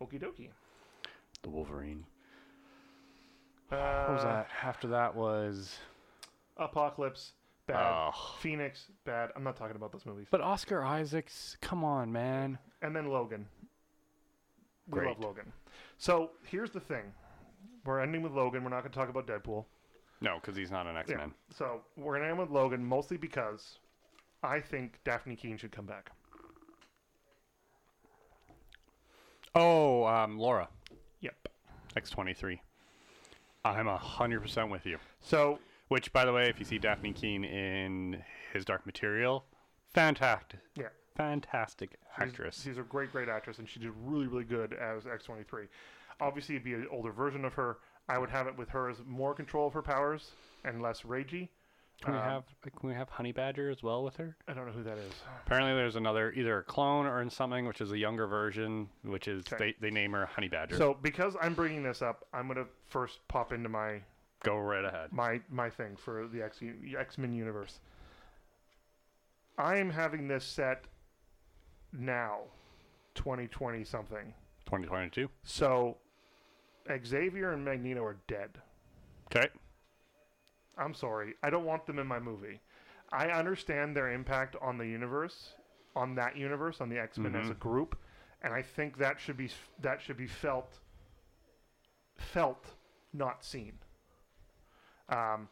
B: okie dokie.
A: the Wolverine.
B: Uh,
A: what was that? After that was.
B: Apocalypse bad.
A: Ugh.
B: Phoenix bad. I'm not talking about those movies.
A: But Oscar Isaacs, come on, man.
B: and then Logan. We love
A: Great.
B: Logan. So here's the thing: we're ending with Logan. We're not going to talk about Deadpool.
A: No, because he's not an X
B: Yeah.
A: Men.
B: So we're going to end with Logan mostly because I think Daphne Keene should come back.
A: Oh, um, Laura,
B: Yep.
A: X twenty three. I'm hundred percent with you.
B: So
A: Which, by the way, if you see Daphne Keene in his Dark Material, fantastic,
B: yeah,
A: fantastic
B: she's-
A: actress.
B: She's a great, great actress, and she did really, really good as X twenty three. Obviously, it'd be an older version of her. I would have it with her as more control of her powers and less ragey.
A: Can we
B: um,
A: have can we have Honey Badger as well with her?
B: I don't know who that is.
A: Apparently, there's another either a clone or in something which is a younger version, which is
B: Okay.
A: they, they name her Honey Badger.
B: So because I'm bringing this up, I'm gonna first pop into my
A: Go right ahead.
B: my my thing for the X X Men universe. I am having this set now, 2020 something.
A: 2022.
B: So Xavier and Magneto are dead.
A: Okay.
B: I'm sorry. I don't want them in my movie. I understand their impact on the universe, on that universe, on the X Men as a group, and I think that should be that should be felt, felt, not seen. Um,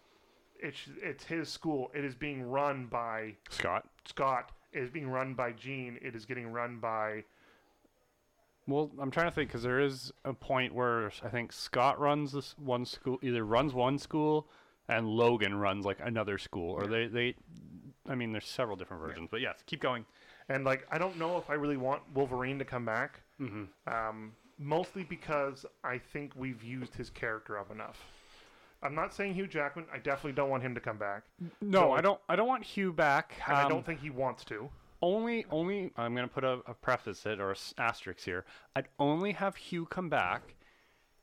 B: it's it's his school. It is being run by
A: Scott.
B: Scott. It is being run by Jean. It is getting run by
A: Well, I'm trying to think because there is a point where I think Scott runs this one school, either runs one school, and Logan runs like another school, or they they. I mean, there's several different versions, but yes, keep going.
B: and like I don't know if I really want Wolverine to come back.
A: Mm-hmm.
B: um, mostly because I think we've used his character up enough. I'm not saying Hugh Jackman. I definitely don't want him to come back.
A: No,
B: So-
A: I don't. I don't want Hugh back.
B: And I
A: um,
B: don't think he wants to.
A: only only I'm gonna put a, a preface it or s- asterisk here. I'd only have Hugh come back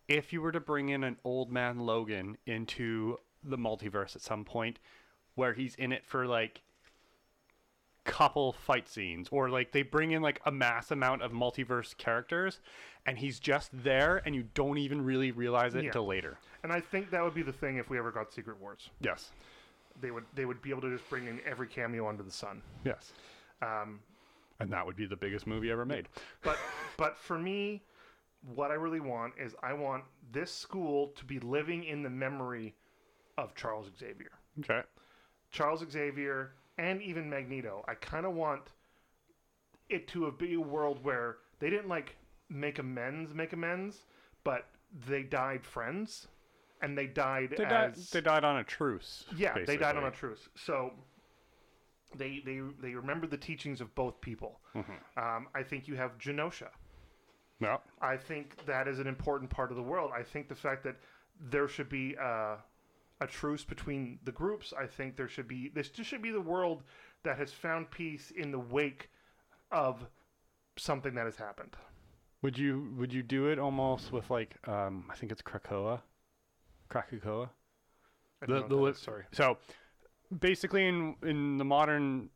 A: if you were to bring in an old man Logan into the multiverse at some point, where he's in it for like couple fight scenes or like they bring in like a mass amount of multiverse characters and he's just there and you don't even really realize it
B: Yeah.
A: until later
B: And I think that would be the thing if we ever got Secret Wars.
A: yes
B: They would they would be able to just bring in every cameo under the sun.
A: yes
B: Um,
A: and that would be the biggest movie ever made [LAUGHS]
B: but but for me, what I really want is I want this school to be living in the memory of Charles Xavier.
A: okay
B: Charles Xavier, and even Magneto. I kind of want it to be a world where they didn't like make amends, make amends, but they died friends, and they died
A: they, died,
B: as
A: they died on a truce
B: yeah, they died on
A: basically.
B: a truce. So they they they remember the teachings of both people.
A: Mm-hmm.
B: Um, I think you have Genosha.
A: Yep.
B: I think that is an important part of the world. I think the fact that there should be uh, a truce between the groups. I think there should be this. This should be the world that has found peace in the wake of something that has happened.
A: Would you would you do it almost with like um I think it's Krakoa, Krakoa?
B: I
A: The,
B: don't
A: the
B: know what
A: li-
B: that is, sorry.
A: So basically, in in the modern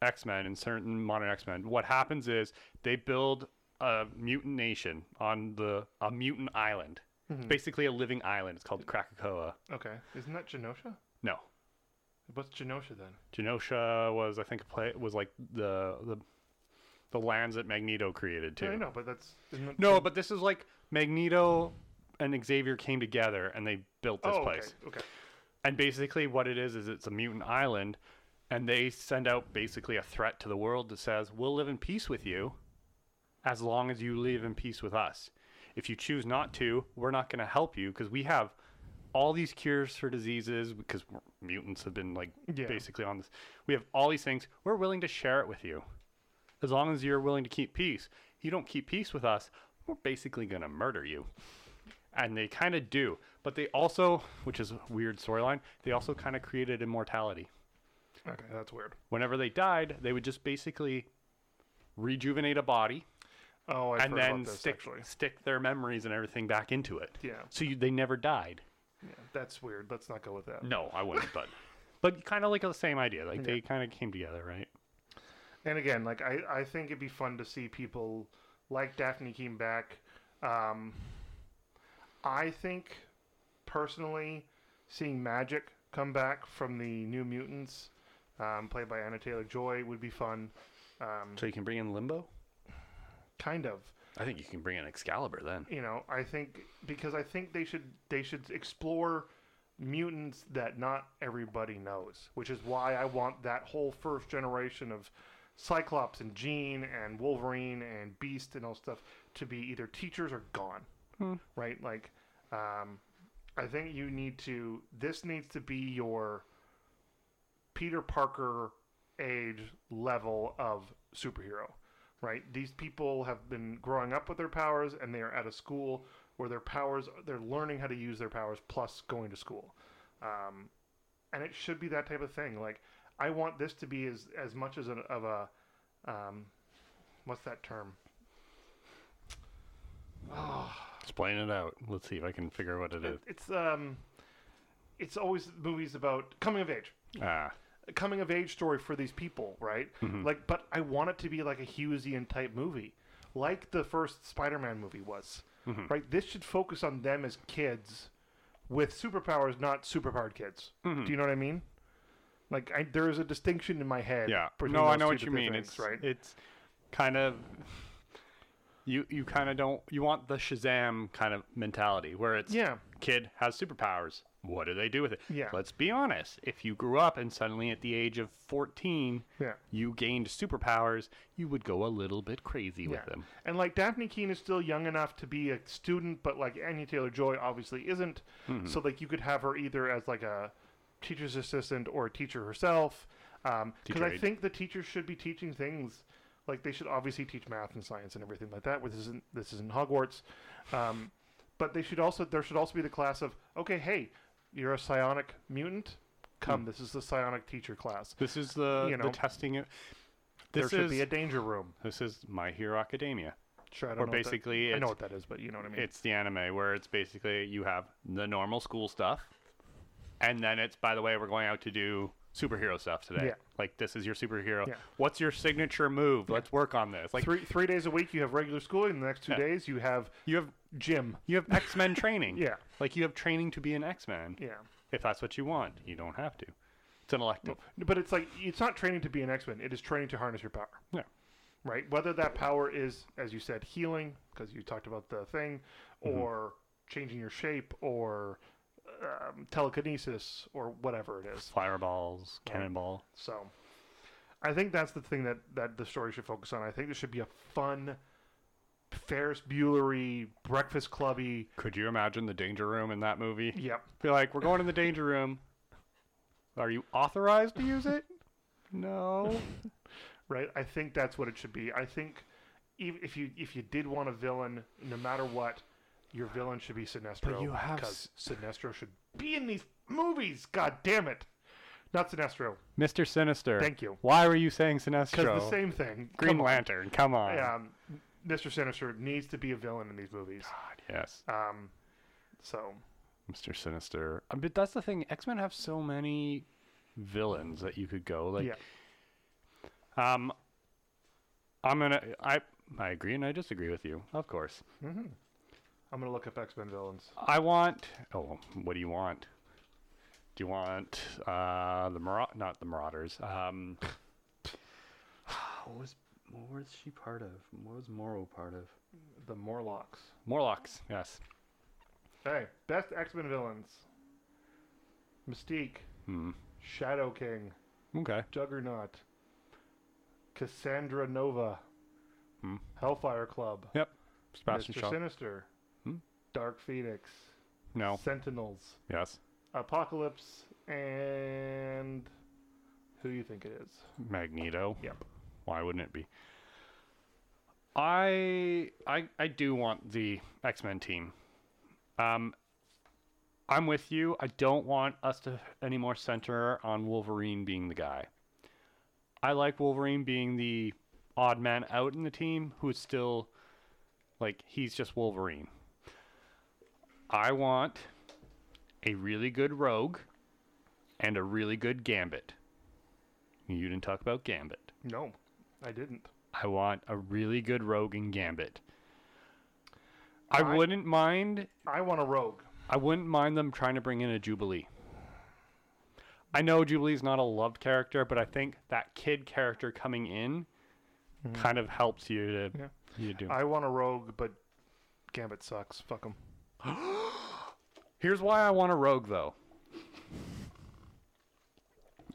A: X Men and certain modern X Men, what happens is they build a mutant nation on the a mutant island.
B: Mm-hmm.
A: It's basically a living island. It's called Krakoa.
B: Okay, isn't that Genosha?
A: No,
B: What's Genosha then?
A: Genosha was I think a play was like the the the lands that Magneto created too.
B: I know, but that's isn't that
A: No, but this is like Magneto and Xavier came together and they built this
B: oh,
A: place.
B: Okay, okay.
A: And basically, what it is is it's a mutant island, and they send out basically a threat to the world that says, "We'll live in peace with you, as long as you live in peace with us. If you choose not to, we're not going to help you because we have all these cures for diseases because we're- mutants have been like
B: Yeah.
A: basically on this. We have all these things. We're willing to share it with you, as long as you're willing to keep peace. You don't keep peace with us, we're basically going to murder you." and they kind of do but they also which is a weird storyline they also kind of created immortality
B: Okay, that's weird.
A: whenever they died they would just basically rejuvenate a body
B: Oh, I
A: and
B: forgot
A: then
B: about this
A: stick
B: actually.
A: stick their memories and everything back into it
B: Yeah,
A: so you, they never died
B: yeah, that's weird. Let's not go with that.
A: no i wouldn't but [LAUGHS] but kind of like the same idea like they kind of came together right
B: And again, like I, I think it'd be fun to see people like Daphne came back. Um, I think personally, seeing Magic come back from the New Mutants, um, played by Anna Taylor Joy, would be fun. Um,
A: so you can bring in limbo
B: kind of.
A: I think you can bring in Excalibur then.
B: You know, I think because I think they should they should explore mutants that not everybody knows, which is why I want that whole first generation of Cyclops and Jean and Wolverine and Beast and all stuff to be either teachers or gone, right? Like, um, I think you need to. This needs to be your Peter Parker age level of superhero, right? These people have been growing up with their powers and they are at a school where their powers, they're learning how to use their powers plus going to school. Um, and it should be that type of thing. Like, I want this to be as, as much as an, of a, um, what's that term?
A: Explain it out. Let's see if I can figure what it is.
B: It, it's, um, it's always movies about coming of age.
A: Ah,
B: coming of age story for these people, right?
A: Mm-hmm.
B: Like, but I want it to be like a Hughesian type movie, like the first Spider-Man movie was,
A: Mm-hmm.
B: right? This should focus on them as kids with superpowers, not superpowered kids.
A: Mm-hmm.
B: Do you know what I mean? Like, I, there is a distinction in my head.
A: yeah.
B: between
A: No, I
B: those
A: know
B: two
A: what you
B: different
A: mean.
B: things,
A: it's
B: right.
A: It's kind of you. You kind of don't. You want the Shazam kind of mentality where it's
B: Yeah.
A: kid has superpowers. What do they do with it?
B: Yeah.
A: Let's be honest. If you grew up and suddenly at the age of fourteen,
B: Yeah.
A: you gained superpowers, you would go a little bit crazy with them.
B: And like Daphne Keene is still young enough to be a student, but like Anya Taylor Joy obviously isn't.
A: Mm-hmm.
B: So like you could have her either as like a teacher's assistant or a teacher herself. Because
A: Teacher
B: I
A: aide.
B: think the teachers should be teaching things like they should obviously teach math and science and everything like that. Which isn't this isn't Hogwarts, um, but they should also there should also be the class of okay, hey, you're a psionic mutant. Come,
A: Hmm.
B: this is the psionic teacher class.
A: This is the
B: You
A: the
B: know.
A: testing. It.
B: There
A: This
B: should
A: is
B: be a danger room.
A: this is My Hero Academia.
B: Sure, I don't
A: Or
B: know what that-
A: basically
B: I know
A: it's-
B: what that is, but you know what I mean.
A: It's the anime where it's basically you have the normal school stuff, and then it's by the way we're going out to do superhero stuff today.
B: Yeah.
A: Like this is your superhero.
B: Yeah.
A: What's your signature move? Let's work on this. Like
B: three three days a week you have regular schooling. and The next two
A: Yeah.
B: days you have
A: you have
B: gym.
A: you have X Men training.
B: [LAUGHS] Yeah.
A: Like you have training to be an X Man.
B: Yeah,
A: If that's what you want, you don't have to. It's an elective.
B: but it's like it's not training to be an X Men. It is training to harness your power,
A: Yeah.
B: right? Whether that power is, as you said, healing because you talked about the thing,
A: Mm-hmm.
B: or changing your shape, or um, telekinesis, or whatever it is.
A: Flower balls, cannonball.
B: So, I think that's the thing that that the story should focus on. I think this should be a fun. Ferris Buellery, Breakfast Clubby.
A: Could you imagine the danger room in that movie?
B: Yep.
A: Be like, we're going in the danger room. Are you authorized to use
B: [LAUGHS]
A: it? No.
B: right? I think that's what it should be. I think ev- if you if you did want a villain, no matter what, your villain should be Sinestro.
A: you have
B: because Sinestro should be in these movies. God damn it! Not Sinestro.
A: Mr. Sinister.
B: Thank you.
A: Why were you saying Sinestro?
B: Because the same thing.
A: Green
B: Come on.
A: Lantern, come on.
B: Um, Mr. Sinister needs to be a villain in these movies.
A: God, yes.
B: Um, so
A: Mr. Sinister. Uh, But that's the thing. X Men have so many villains that you could go. Like,
B: yeah,
A: um, I'm gonna. I I agree and I disagree with you, of course.
B: I'm gonna look up X Men villains.
A: I want. Oh, what do you want? Do you want uh the Mara- not the Marauders? Um, [SIGHS] what was what was she part of? What was Moro part of?
B: The Morlocks.
A: Morlocks. Yes.
B: Hey, best X Men villains. Mystique,
A: Hmm.
B: Shadow King,
A: Okay.
B: Juggernaut, Cassandra Nova,
A: Hmm.
B: Hellfire Club,
A: Yep. Sebastian
B: Mr.
A: Shaw.
B: Sinister,
A: Hmm.
B: Dark Phoenix,
A: No.
B: Sentinels,
A: Yes.
B: Apocalypse, and who do you think it is?
A: Magneto.
B: Yep.
A: Why wouldn't it be? I I I do want the X Men team. Um, I'm with you. I don't want us to any more center on Wolverine being the guy. I like Wolverine being the odd man out in the team who is still like he's just Wolverine. I want a really good rogue and a really good gambit. You didn't talk about gambit.
B: No, I didn't.
A: I want a really good rogue and gambit. I
B: I-
A: wouldn't mind
B: I want a rogue.
A: I wouldn't mind them trying to bring in a Jubilee. I know Jubilee's not a loved character, but I think that kid character coming in kind of helps you to
B: Mm-hmm. Yeah.
A: you do.
B: I want a rogue, but Gambit sucks. Fuck him.
A: Here's why I want a rogue though.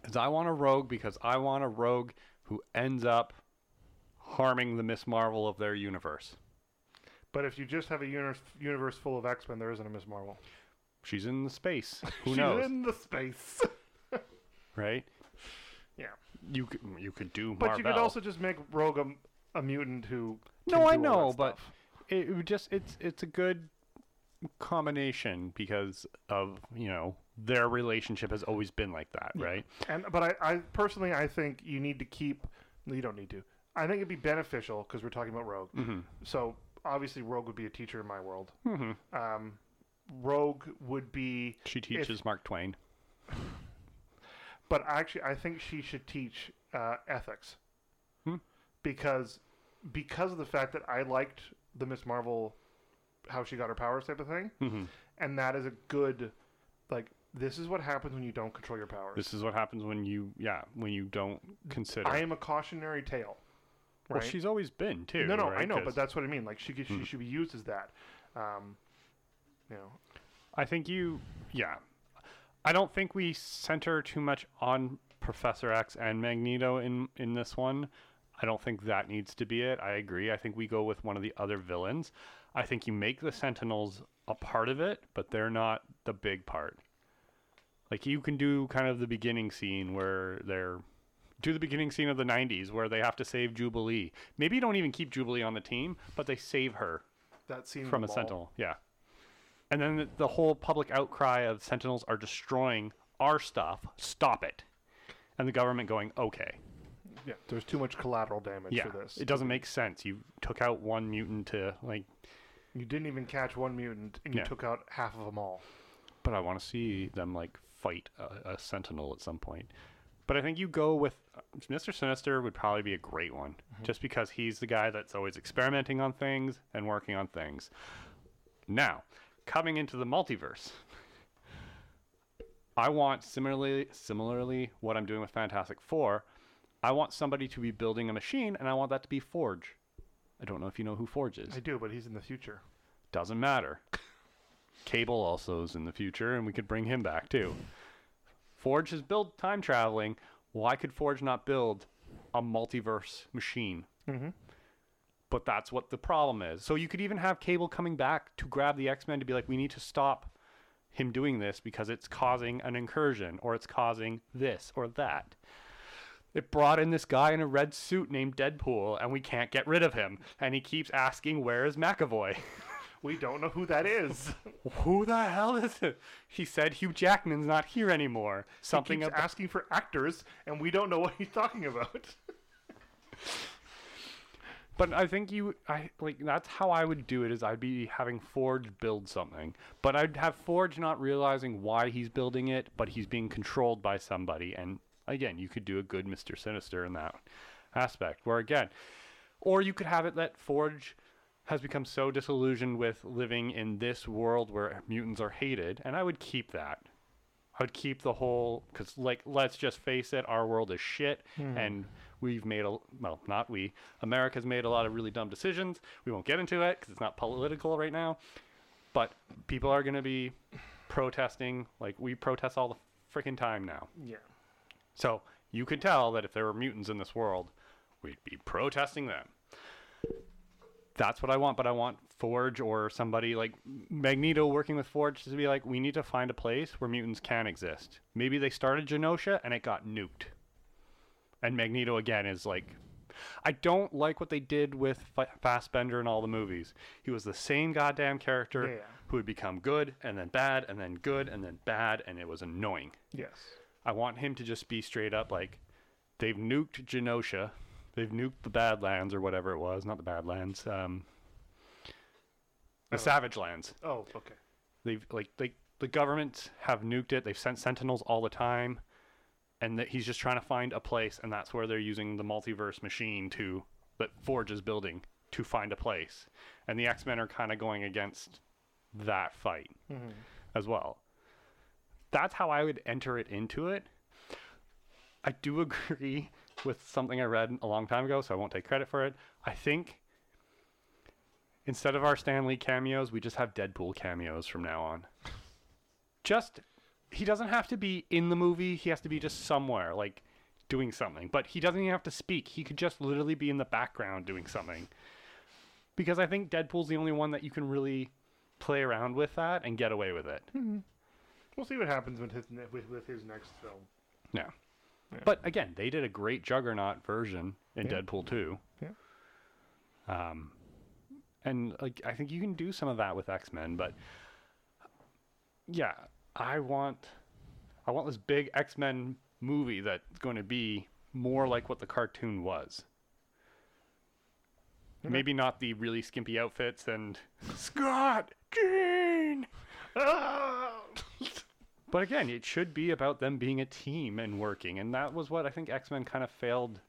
A: Is I want a rogue because I want a rogue who ends up harming the Miss Marvel of their universe.
B: But if you just have a uni- universe full of X Men, there isn't a Miss Marvel.
A: She's in the
B: [LAUGHS]
A: space. Who
B: She's
A: knows,
B: in the space. [LAUGHS]
A: right?
B: yeah,
A: You could, you could do
B: but
A: Marvel.
B: you could also just make Rogue a, a mutant who.
A: No, I
B: can do all that
A: know, but
B: stuff.
A: it, it would just it's it's a good combination because of you know their relationship has always been like that, right?
B: and but I, I personally I think you need to keep. no, You don't need to. I think it'd be beneficial because we're talking about Rogue. So obviously, Rogue would be a teacher in my world.
A: Mm-hmm.
B: Um, Rogue would be
A: She teaches Mark Twain.
B: but actually i think she should teach uh, ethics
A: Hmm.
B: because because of the fact that i liked the miss marvel how she got her powers type of thing
A: Mm-hmm.
B: and that is a good like this is what happens when you don't control your powers
A: This is what happens when you yeah when you don't consider.
B: i am a cautionary tale
A: Well,
B: right
A: she's always been too.
B: no no
A: right?
B: i know but
A: 'Cause Mm-hmm.
B: that's what i mean like she, could- she should be used as that um you know
A: I think you yeah. I don't think we center too much on Professor X and Magneto in in this one. I don't think that needs to be it. I agree. I think we go with one of the other villains. I think you make the Sentinels a part of it, but they're not the big part. Like you can do kind of the beginning scene where they're do the beginning scene of the 90s where they have to save Jubilee. Maybe you don't even keep Jubilee on the team, but they save her
B: that scene in
A: from a
B: the mall.
A: sentinel. Yeah. And then the, the whole public outcry of sentinels are destroying our stuff. Stop it. And the government going, okay.
B: yeah there's too much collateral damage
A: Yeah.
B: for this
A: It doesn't make sense. You took out one mutant to, like,
B: you didn't even catch one mutant and you
A: Yeah.
B: took out half of them all
A: but I want to see them, like, fight a, a sentinel at some point. But I think you go with Mr. Sinister would probably be a great one just because he's the guy that's always experimenting on things and working on things. Now, coming into the multiverse. I want similarly similarly what I'm doing with Fantastic 4, I want somebody to be building a machine and I want that to be Forge. I don't know if you know who Forge is.
B: I do, but he's in the future.
A: Doesn't matter. Cable also is in the future, and we could bring him back too. Forge has built time traveling. Why could Forge not build a multiverse machine?
B: Mhm.
A: But that's what the problem is. So you could even have Cable coming back to grab the X Men to be like, we need to stop him doing this because it's causing an incursion or it's causing this or that. It brought in this guy in a red suit named Deadpool, and we can't get rid of him. And he keeps asking, Where is McAvoy? [LAUGHS]
B: We don't know who that is.
A: who the hell is it? He said Hugh Jackman's not here anymore. Something
B: Keeps
A: about
B: asking for actors, and we don't know what he's talking about.
A: [LAUGHS] But I think you, I like that's how I would do it. Is I'd be having Forge build something, but I'd have Forge not realizing why he's building it, but he's being controlled by somebody. And again, you could do a good Mister Sinister in that aspect. Where again, or you could have it that Forge has become so disillusioned with living in this world where mutants are hated, and I would keep that. I would keep the whole because, like, let's just face it, our world is shit, and we've made a well, not we. America's made a lot of really dumb decisions. We won't get into it because it's not political right now, but people are going to be protesting. Like we protest all the freaking time now.
B: Yeah.
A: So you could tell that if there were mutants in this world, we'd be protesting them. That's what I want, but I want Forge or somebody like Magneto working with Forge to be like, we need to find a place where mutants can exist. Maybe they started Genosha and it got nuked. And Magneto again is like, I don't like what they did with Fa- Fassbender in all the movies. He was the same goddamn character
B: Yeah, yeah.
A: who would become good and then bad and then good and then bad, and it was annoying.
B: Yes.
A: I want him to just be straight up like, they've nuked Genosha, they've nuked the Badlands or whatever it was, not the Badlands, um, the Savage Lands.
B: Oh, okay.
A: They've like they the governments have nuked it. They've sent Sentinels all the time, and that he's just trying to find a place, and that's where they're using the multiverse machine to that Forge is building to find a place, and the X Men are kind of going against that fight as well. That's how I would enter it into it. I do [LAUGHS] agree with something I read a long time ago, so I won't take credit for it. I think instead of our Stan Lee cameos, we just have Deadpool cameos from now on. Just he doesn't have to be in the movie, he has to be just somewhere, like doing something. But he doesn't even have to speak. He could just literally be in the background doing something. Because I think Deadpool's the only one that you can really play around with that and get away with it.
B: We'll see what happens with his ne- with, with his next
A: [LAUGHS]
B: film.
A: No.
B: Yeah.
A: But again, they did a great Juggernaut version in
B: Yeah.
A: Deadpool 2.
B: Yeah.
A: Um, and like I think you can do some of that with X Men, but yeah, I want, I want this big X Men movie that's going to be more like what the cartoon was.
B: Okay.
A: Maybe not the really skimpy outfits and [LAUGHS] Scott Jean.
B: Ah!
A: But again, it should be about them being a team and working, and that was what I think X Men kind of failed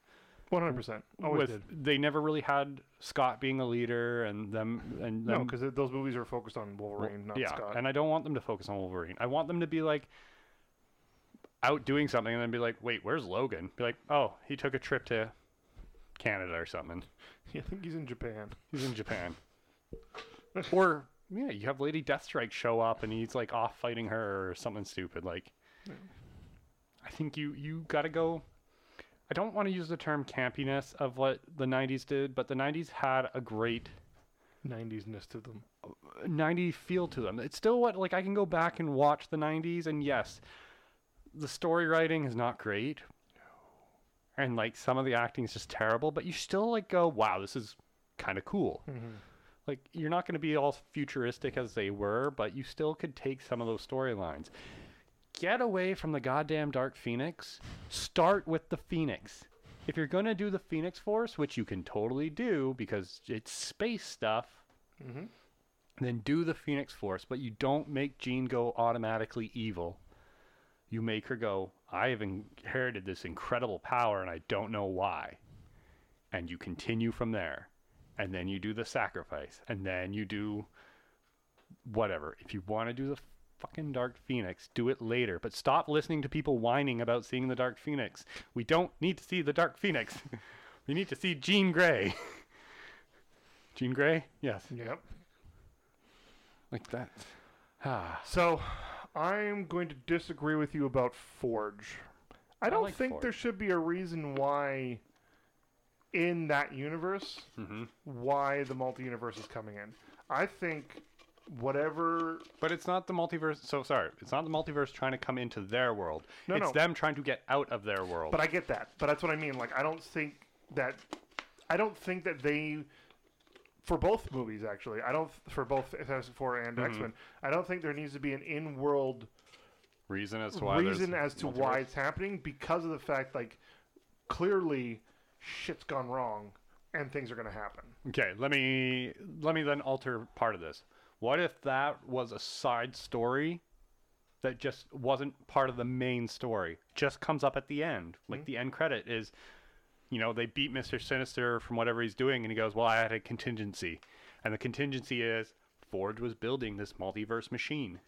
B: 100%. Always
A: with.
B: did.
A: They never really had Scott being a leader and them and
B: No,
A: them,
B: because those movies are focused on Wolverine, not
A: yeah.
B: Scott.
A: And I don't want them to focus on Wolverine. I want them to be like out doing something and then be like, wait, where's Logan? Be like, oh, he took a trip to Canada or something.
B: [LAUGHS] I think he's in Japan.
A: He's in Japan. or yeah, you have Lady Deathstrike show up and he's like off fighting her or something stupid. Like, I think you you gotta go. I don't want to use the term campiness of what the '90s did, but the '90s had a great
B: 90s ness to them.
A: 90 feel to them. It's still what like I can go back and watch the 90s and yes, the story writing is not great. And like some of the acting is just terrible, but you still like go, "Wow, this is kind of cool." Like you're not going to be all futuristic as they were, but you still could take some of those storylines. Get away from the goddamn Dark Phoenix. Start with the Phoenix. If you're going to do the Phoenix Force, which you can totally do because it's space stuff, then do the Phoenix Force, but you don't make Jean go automatically evil. You make her go, I have inherited this incredible power and I don't know why. And you continue from there. And then you do the sacrifice. And then you do whatever. If you want to do the fucking Dark Phoenix, do it later. But stop listening to people whining about seeing the Dark Phoenix. We don't need to see the Dark Phoenix. [LAUGHS] we need to see Jean Grey. [LAUGHS] Jean Grey? Yes.
B: Yep.
A: Like that. Ah.
B: So, I'm going to disagree with you about Forge. I don't
A: like
B: think there
A: Forge.
B: should be a reason why, in that universe,
A: Mm-hmm.
B: why the multi universe is coming in. I think whatever.
A: But it's not the multiverse. So sorry, it's not the multiverse trying to come into their world.
B: No,
A: it's
B: no.
A: them trying to get out of their world.
B: But I get that. But that's what I mean. Like, I don't think that. I don't think that they. For both movies, actually, I don't. For both Fantastic Four and
A: Mm-hmm.
B: X Men, I don't think there needs to be an in world
A: reason as to why. there's
B: reason as to why
A: multiverse.
B: it's happening because of the fact like clearly shit's gone wrong and things are going to happen.
A: Okay, let me let me then alter part of this. What if that was a side story that just wasn't part of the main story? Just comes up at the end, like
B: Mm-hmm.
A: the end credit is, you know, they beat Mister Sinister from whatever he's doing, and he goes, "Well, I had a contingency," and the contingency is Forge was building this multiverse machine.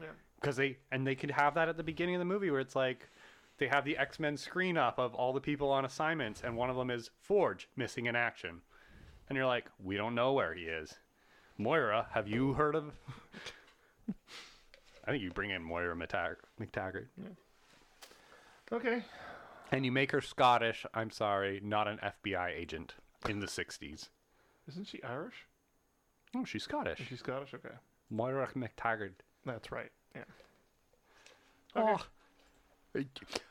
B: Yeah.
A: because they and they could have that at the beginning of the movie where it's like they have the x-men screen up of all the people on assignments and one of them is forge missing in action and you're like we don't know where he is moira have you heard of [LAUGHS] i think you bring in moira McTag- mctaggart
B: Okay.
A: and you make her scottish i'm sorry not an fbi agent in the 60s
B: Isn't she Irish?
A: oh she's
B: Is
A: scottish
B: she Scottish? Okay.
A: moira mctaggart
B: That's right. Yeah.
A: Oh.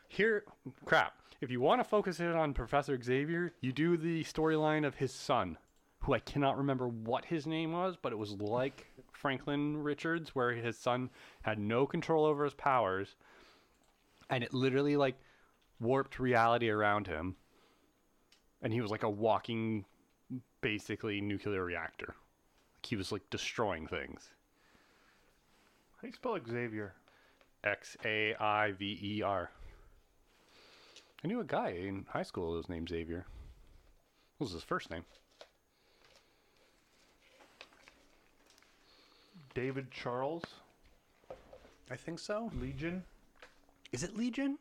A: Here, crap. If you want to focus in on Professor Xavier, you do the storyline of his son, who I cannot remember what his name was, but it was like Franklin Richards, where his son had no control over his powers, and it literally like warped reality around him, and he was like a walking, basically nuclear reactor. Like he was like destroying things.
B: How do you spell Xavier?
A: X A I V E R. I knew a guy in high school who was named Xavier. What was his first name?
B: David Charles
A: I think so.
B: Legion.
A: Is it Legion?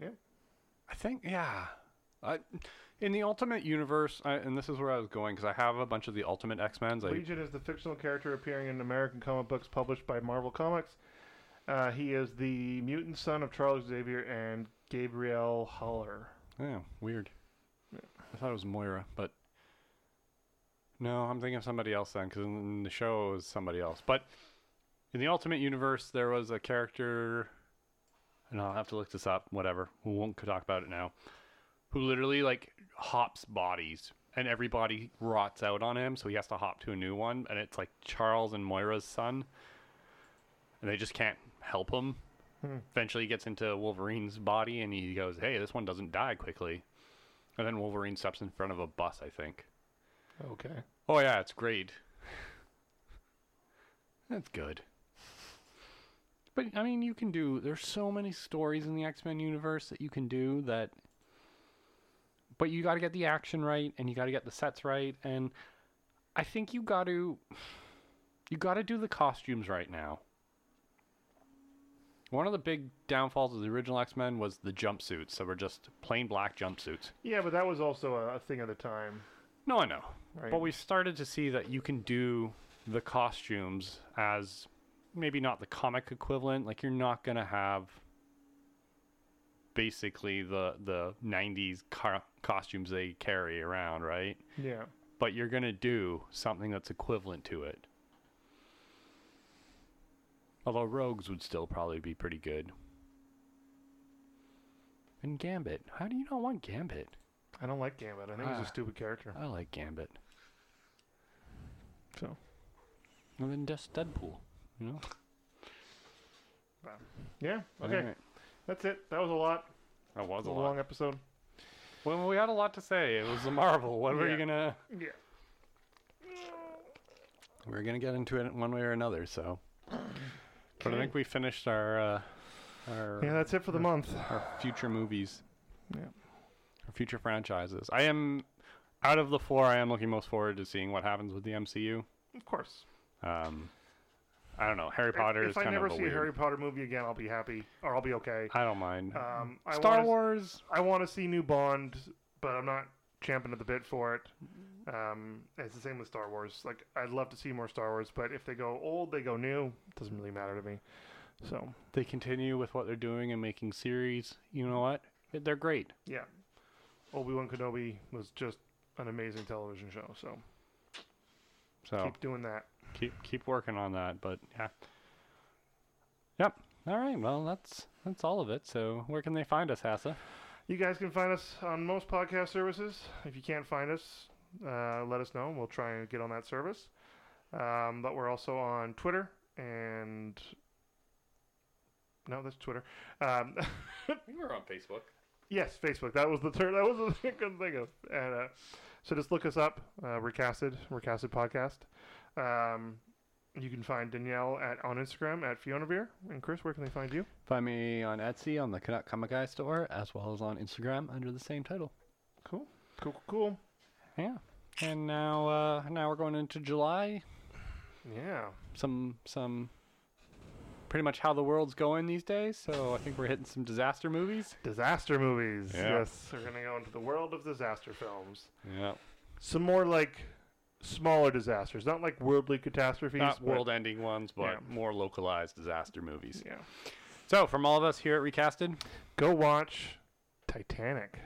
B: Yeah.
A: I think yeah. I, in the Ultimate Universe, I, and this is where I was going because I have a bunch of the Ultimate X Men's. I
B: Legion is the fictional character appearing in American comic books published by Marvel Comics. Uh, he is the mutant son of Charles Xavier and Gabriel Haller.
A: yeah, weird. I thought it was Moira, but no, I'm thinking of somebody else then because in the show it was somebody else. But in the Ultimate Universe, there was a character, and I'll have to look this up. Whatever, we won't talk about it now. Who literally like hops bodies, and every body rots out on him, so he has to hop to a new one. And it's like Charles and Moira's son, and they just can't help him. Eventually, he gets into Wolverine's body, and he goes, "Hey, this one doesn't die quickly." And then Wolverine steps in front of a bus, I think.
B: Okay.
A: Oh yeah, it's great. That's good. But I mean, you can do. There's so many stories in the X Men universe that you can do that. But you got to get the action right, and you got to get the sets right, and I think you got to. You got to do the costumes right now. One of the big downfalls of the original X Men was the jumpsuits that were just plain black jumpsuits.
B: Yeah, but that was also a, a thing of the time.
A: No, I know.
B: Right.
A: But we started to see that you can do the costumes as maybe not the comic equivalent. Like you're not gonna have basically the the '90s co- costumes they carry around, right?
B: Yeah.
A: But you're gonna do something that's equivalent to it. Although Rogues would still probably be pretty good. And Gambit. How do you not want Gambit?
B: I don't like Gambit. I think he's
A: Ah.
B: a stupid character.
A: I like Gambit.
B: So.
A: And then just Deadpool. You know?
B: Yeah. Okay.
A: Alright.
B: That's it. That was a lot.
A: That was a
B: a
A: lot.
B: long episode.
A: Well, we had a lot to say. It was the Marvel. What were you
B: Yeah.
A: gonna?
B: Yeah.
A: We were gonna get into it one way or another. So, but I
B: Okay.
A: think we finished our uh, our
B: Yeah, that's it for the month.
A: our future movies.
B: Yeah.
A: Our future franchises. I am out of the four. I am looking most forward to seeing what happens with the MCU.
B: Of course.
A: Um, I don't know. Harry
B: If-
A: Potter
B: If,
A: is
B: I
A: kind
B: never
A: of a
B: see
A: weird.
B: a Harry Potter movie again, I'll be happy, or I'll be okay.
A: I don't mind.
B: Um, I
A: Star
B: wanna,
A: Wars.
B: I want to see New Bond, but I'm not champing at the bit for it. Um, it's the same with Star Wars. Like, I'd love to see more Star Wars, but if they go old, they go new. It doesn't really matter to me. So,
A: They continue with what they're doing and making series. You know what? They're great.
B: yeah. Obi Wan Kenobi was just an amazing television show. So,
A: So
B: keep doing that.
A: keep keep working on that but yeah yep all right well that's that's all of it so where can they find us hassa
B: You guys can find us on most podcast services. If you can't find us, uh, let us know. We'll try and get on that service. Um, but we're also on Twitter and. No, that's Twitter. Um, [LAUGHS]
A: we were on facebook
B: yes, Facebook. That was the term. That was the [LAUGHS] thing I couldn't think of. And uh, so just look us up. Uh, Recasted, Recasted podcast. Um, you can find Danielle at on Instagram at Fiona Beer. And Chris, where can they find you?
A: find me on etsy on the canuck comic guy store as well as on instagram under the same title
B: Cool, cool, cool, cool.
A: yeah and now uh now we're going into july
B: Yeah.
A: some some pretty much how the world's going these days so i think we're hitting some disaster movies
B: Disaster movies.
A: Yeah.
B: Yes, we're gonna go into the world of disaster films.
A: yeah
B: Some more like smaller disasters, not like worldly catastrophes.
A: not
B: but-
A: world ending ones but
B: Yeah.
A: more localized disaster movies
B: Yeah.
A: so from all of us here at recasted
B: Go watch Titanic.